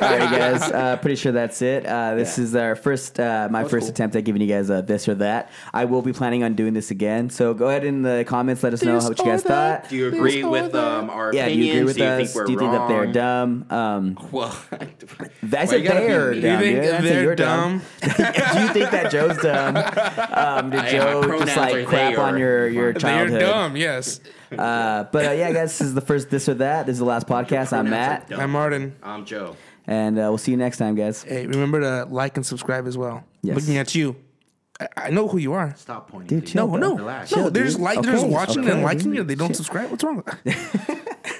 Speaker 2: right, guys. Uh, pretty sure that's it. Uh, this
Speaker 1: Yeah.
Speaker 2: is our first, uh, my
Speaker 1: was
Speaker 2: first
Speaker 1: cool.
Speaker 2: attempt at giving you guys a this or that. I will be planning on doing this again. So go ahead in the comments. Let us know
Speaker 3: This
Speaker 2: how what you guys
Speaker 3: or that.
Speaker 2: thought.
Speaker 1: Do you agree with um, our
Speaker 2: yeah, do
Speaker 1: opinions?
Speaker 2: you agree with us?
Speaker 1: think we're
Speaker 2: do you think that they're
Speaker 1: wrong?
Speaker 2: dumb? Um,
Speaker 1: Well,
Speaker 2: I
Speaker 1: why
Speaker 2: said
Speaker 1: you gotta be
Speaker 2: they're
Speaker 1: mean?
Speaker 2: dumb.
Speaker 3: You think
Speaker 2: dude. I didn't say
Speaker 3: they're
Speaker 2: you're
Speaker 3: dumb?
Speaker 2: do you think that Joe's dumb? Um, did
Speaker 1: I- my
Speaker 2: Joe just
Speaker 1: pronouns
Speaker 2: like
Speaker 1: are
Speaker 2: crap
Speaker 1: they
Speaker 2: on
Speaker 1: or-
Speaker 2: your your
Speaker 3: They're
Speaker 2: childhood?
Speaker 3: dumb. Yes.
Speaker 2: Uh, but uh, yeah, guys, this is the first this or that. This is the last podcast. I'm
Speaker 1: Pronouns are
Speaker 2: Matt,
Speaker 1: dumb.
Speaker 3: I'm Martin.
Speaker 1: I'm Joe.
Speaker 2: and uh, we'll see you next time, guys.
Speaker 3: Hey, remember to like and subscribe as well.
Speaker 2: Yes.
Speaker 3: Looking at you, I, I know who you are.
Speaker 1: Stop pointing.
Speaker 2: Dude,
Speaker 1: dude.
Speaker 2: chill,
Speaker 3: No, no,
Speaker 1: Relax.
Speaker 3: no.
Speaker 2: Oh, Chill,
Speaker 3: They're just
Speaker 2: dude.
Speaker 3: like, they're
Speaker 2: Okay,
Speaker 3: just watching
Speaker 2: okay,
Speaker 3: and liking
Speaker 2: dude.
Speaker 3: it. They don't subscribe. What's wrong? with that?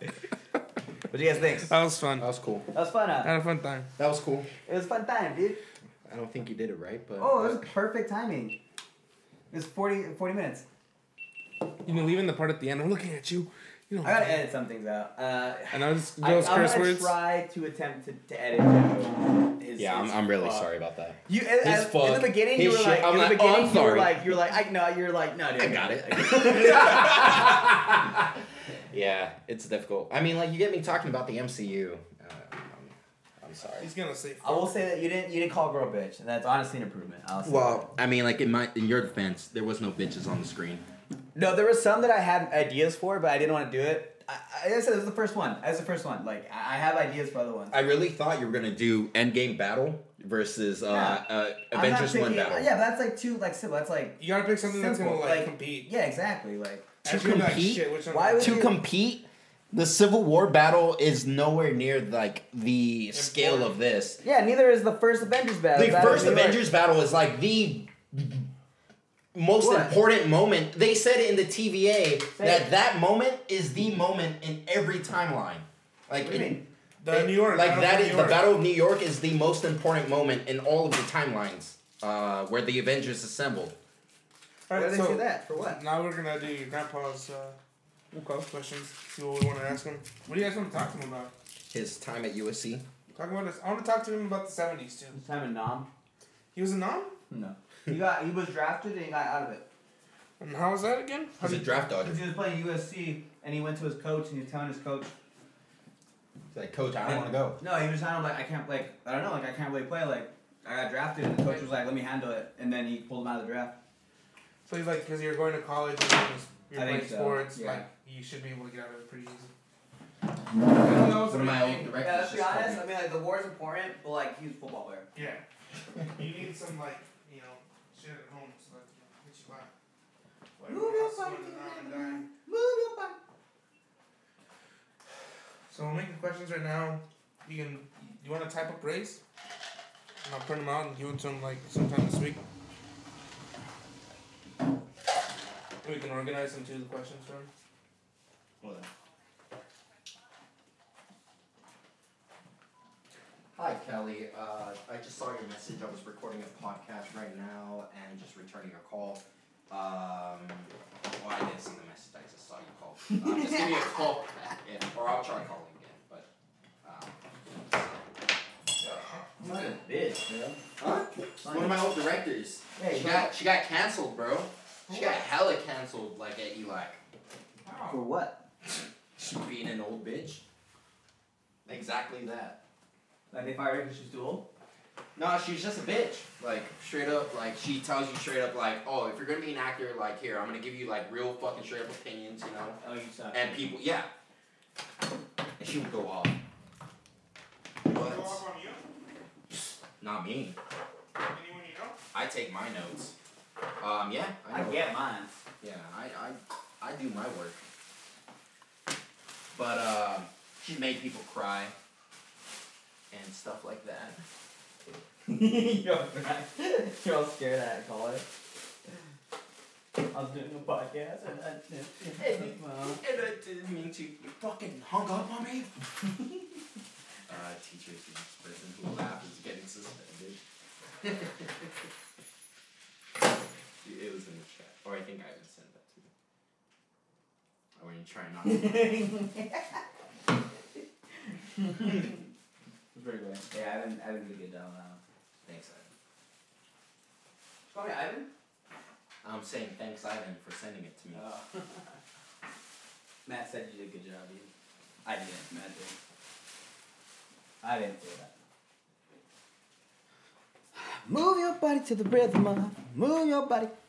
Speaker 2: What do you guys think? That
Speaker 3: That was fun.
Speaker 1: That was cool.
Speaker 2: was fun. uh,
Speaker 3: I had a fun time.
Speaker 1: That was cool.
Speaker 2: it was fun time, dude. Oh,
Speaker 1: I don't think you did it right, but
Speaker 2: perfect timing. It was 40, 40 minutes.
Speaker 3: You know, leaving the part at the end. I'm looking at you. You know,
Speaker 2: edit some things out. Uh,
Speaker 3: and I was those curse words.
Speaker 2: try to attempt to, to edit. Joe. His-
Speaker 1: yeah, I'm,
Speaker 2: his
Speaker 1: I'm really
Speaker 2: fuck.
Speaker 1: sorry about that.
Speaker 2: You at,
Speaker 1: His
Speaker 2: at, in the
Speaker 1: fuck.
Speaker 2: beginning
Speaker 1: His
Speaker 2: you were
Speaker 1: shit.
Speaker 2: like
Speaker 1: I'm
Speaker 2: in the
Speaker 1: like, oh,
Speaker 2: beginning
Speaker 1: I'm
Speaker 2: you were
Speaker 1: sorry.
Speaker 2: like you were like I no you're like no dude
Speaker 1: I got it. yeah, it's difficult. I mean, like you get me talking about the MCU. Uh, I'm, I'm sorry.
Speaker 3: He's gonna say.
Speaker 2: I will say that you didn't you didn't call girl bitch and that's honestly an improvement. I'll say
Speaker 1: Well, I mean, like in my in your defense, there was no bitches on the screen.
Speaker 2: that. no, there was some that I had ideas for, but I didn't want to do it. I, I, I said this is the first one. That's the first one. Like I, I have ideas for other ones.
Speaker 1: I really thought you were gonna do Endgame battle versus uh,
Speaker 2: Yeah.
Speaker 1: uh,
Speaker 2: I'm not
Speaker 1: Avengers One
Speaker 2: picking-
Speaker 1: battle.
Speaker 2: Yeah, but that's like two like simple. That's like
Speaker 3: You gotta pick something that's
Speaker 2: simple.
Speaker 3: gonna like, compete.
Speaker 2: Yeah, exactly. Like
Speaker 1: To
Speaker 3: Actually, like,
Speaker 1: compete?
Speaker 3: shit, which one-
Speaker 2: Why would-
Speaker 1: to compete, the Civil War battle is nowhere near like the scale of this.
Speaker 2: yeah, neither is the first Avengers battle.
Speaker 1: The
Speaker 2: Battle
Speaker 1: first
Speaker 2: of New York.
Speaker 1: Avengers battle is like the most
Speaker 2: What?
Speaker 1: important moment. They said in the TVA that
Speaker 2: it.
Speaker 1: that moment is the moment in every timeline. Like
Speaker 2: What do you
Speaker 1: it-
Speaker 2: mean?
Speaker 3: The
Speaker 1: it-
Speaker 3: New York,
Speaker 1: like
Speaker 3: Battle
Speaker 1: that
Speaker 3: for
Speaker 1: is
Speaker 3: New
Speaker 1: the
Speaker 3: York.
Speaker 1: Battle of New York is the most important moment in all of the timelines uh, where the Avengers assembled.
Speaker 3: All
Speaker 2: Why
Speaker 3: right,
Speaker 2: did they
Speaker 3: so
Speaker 2: say that? For what?
Speaker 3: Now we're gonna do your grandpa's uh, Wukong questions. See what we want to ask him. What do you guys want to talk to him about?
Speaker 1: His time at USC.
Speaker 3: Talking about this, I want to talk to him about the seventies too.
Speaker 2: Time in Nom.
Speaker 3: He was a nom,
Speaker 2: No. He got he was drafted and he got out of it.
Speaker 3: and how was that again? How
Speaker 1: Um, He's a
Speaker 3: did-
Speaker 1: draft dodger.
Speaker 2: Because he was playing USC and he went to his coach and he was telling his coach,
Speaker 1: He's like, Coach, I don't want to go.
Speaker 2: no, he was telling him like I can't like I don't know like I can't really play like I got drafted and the coach was like let me handle it and then he pulled him out of the draft.
Speaker 3: so he's like, because you're going to college and you're, just, you're
Speaker 2: I think
Speaker 3: playing
Speaker 2: so,
Speaker 3: sports,
Speaker 2: yeah.
Speaker 3: like you should be able to get out of it pretty easy. I know that was
Speaker 1: One of my
Speaker 3: pretty
Speaker 1: old
Speaker 3: big.
Speaker 1: directors
Speaker 2: Yeah, let's be
Speaker 1: just told
Speaker 2: honest.
Speaker 1: me-
Speaker 2: I mean like the war is important, but like he was a football player.
Speaker 3: Yeah. You need some like, you know, shit at home so that you get you out.
Speaker 2: Move
Speaker 3: Whatever
Speaker 2: your
Speaker 3: else
Speaker 2: body
Speaker 3: going
Speaker 2: to
Speaker 3: on
Speaker 2: the
Speaker 3: and die.
Speaker 2: Move your body.
Speaker 3: So I'm making questions right now. You can, you want to type up race? And I'll print them out and give them to him like sometime this week. We can organize into the questions for him.
Speaker 1: Hi, Kelly. Uh, I just saw your message. I was recording a podcast right now and just returning your call. Um, well, I didn't see the message. I just saw you call. Uh, just give me a call back, if- or I'll try calling again. But um,
Speaker 2: I'm not a bitch, bro.
Speaker 1: huh? One of my old directors.
Speaker 2: Hey,
Speaker 1: she
Speaker 2: bro.
Speaker 1: got she got canceled, bro. She got hella canceled, like at ELAC.
Speaker 2: For what?
Speaker 1: She being an old bitch. Exactly that.
Speaker 2: Like they fired her because she's too old.
Speaker 1: No, she's just a bitch. Like straight up, like she tells you straight up, like, oh, if you're gonna be an actor, like here, I'm gonna give you like real fucking straight up opinions, you know.
Speaker 2: Oh, you suck.
Speaker 1: And people, yeah. And she would go off. But
Speaker 3: on you?
Speaker 1: not me.
Speaker 3: Anyone you know?
Speaker 1: I take my notes. Um, yeah.
Speaker 2: I
Speaker 1: know.
Speaker 2: get mine.
Speaker 1: Yeah, I, I I do my work. uh, But um, she made people cry.
Speaker 2: and stuff like that. you're, you're all scared at call it. I was doing a podcast and I did.
Speaker 4: And I didn't mean to. You fucking hung up on me.
Speaker 1: Uh, teacher is the person who laughed is getting suspended. it was in the chat. Or I think I even sent that to you. I wouldn't try not to.
Speaker 2: pretty good. Yeah, Ivan, Ivan did a good job now.
Speaker 1: Thanks, Ivan.
Speaker 2: Call me Ivan?
Speaker 1: I'm saying thanks, Ivan, for sending it to me.
Speaker 2: Oh. Matt said you did a good job, Ian. I didn't, Matt did. I didn't say that. uh. Move your body to the rhythm of, move your body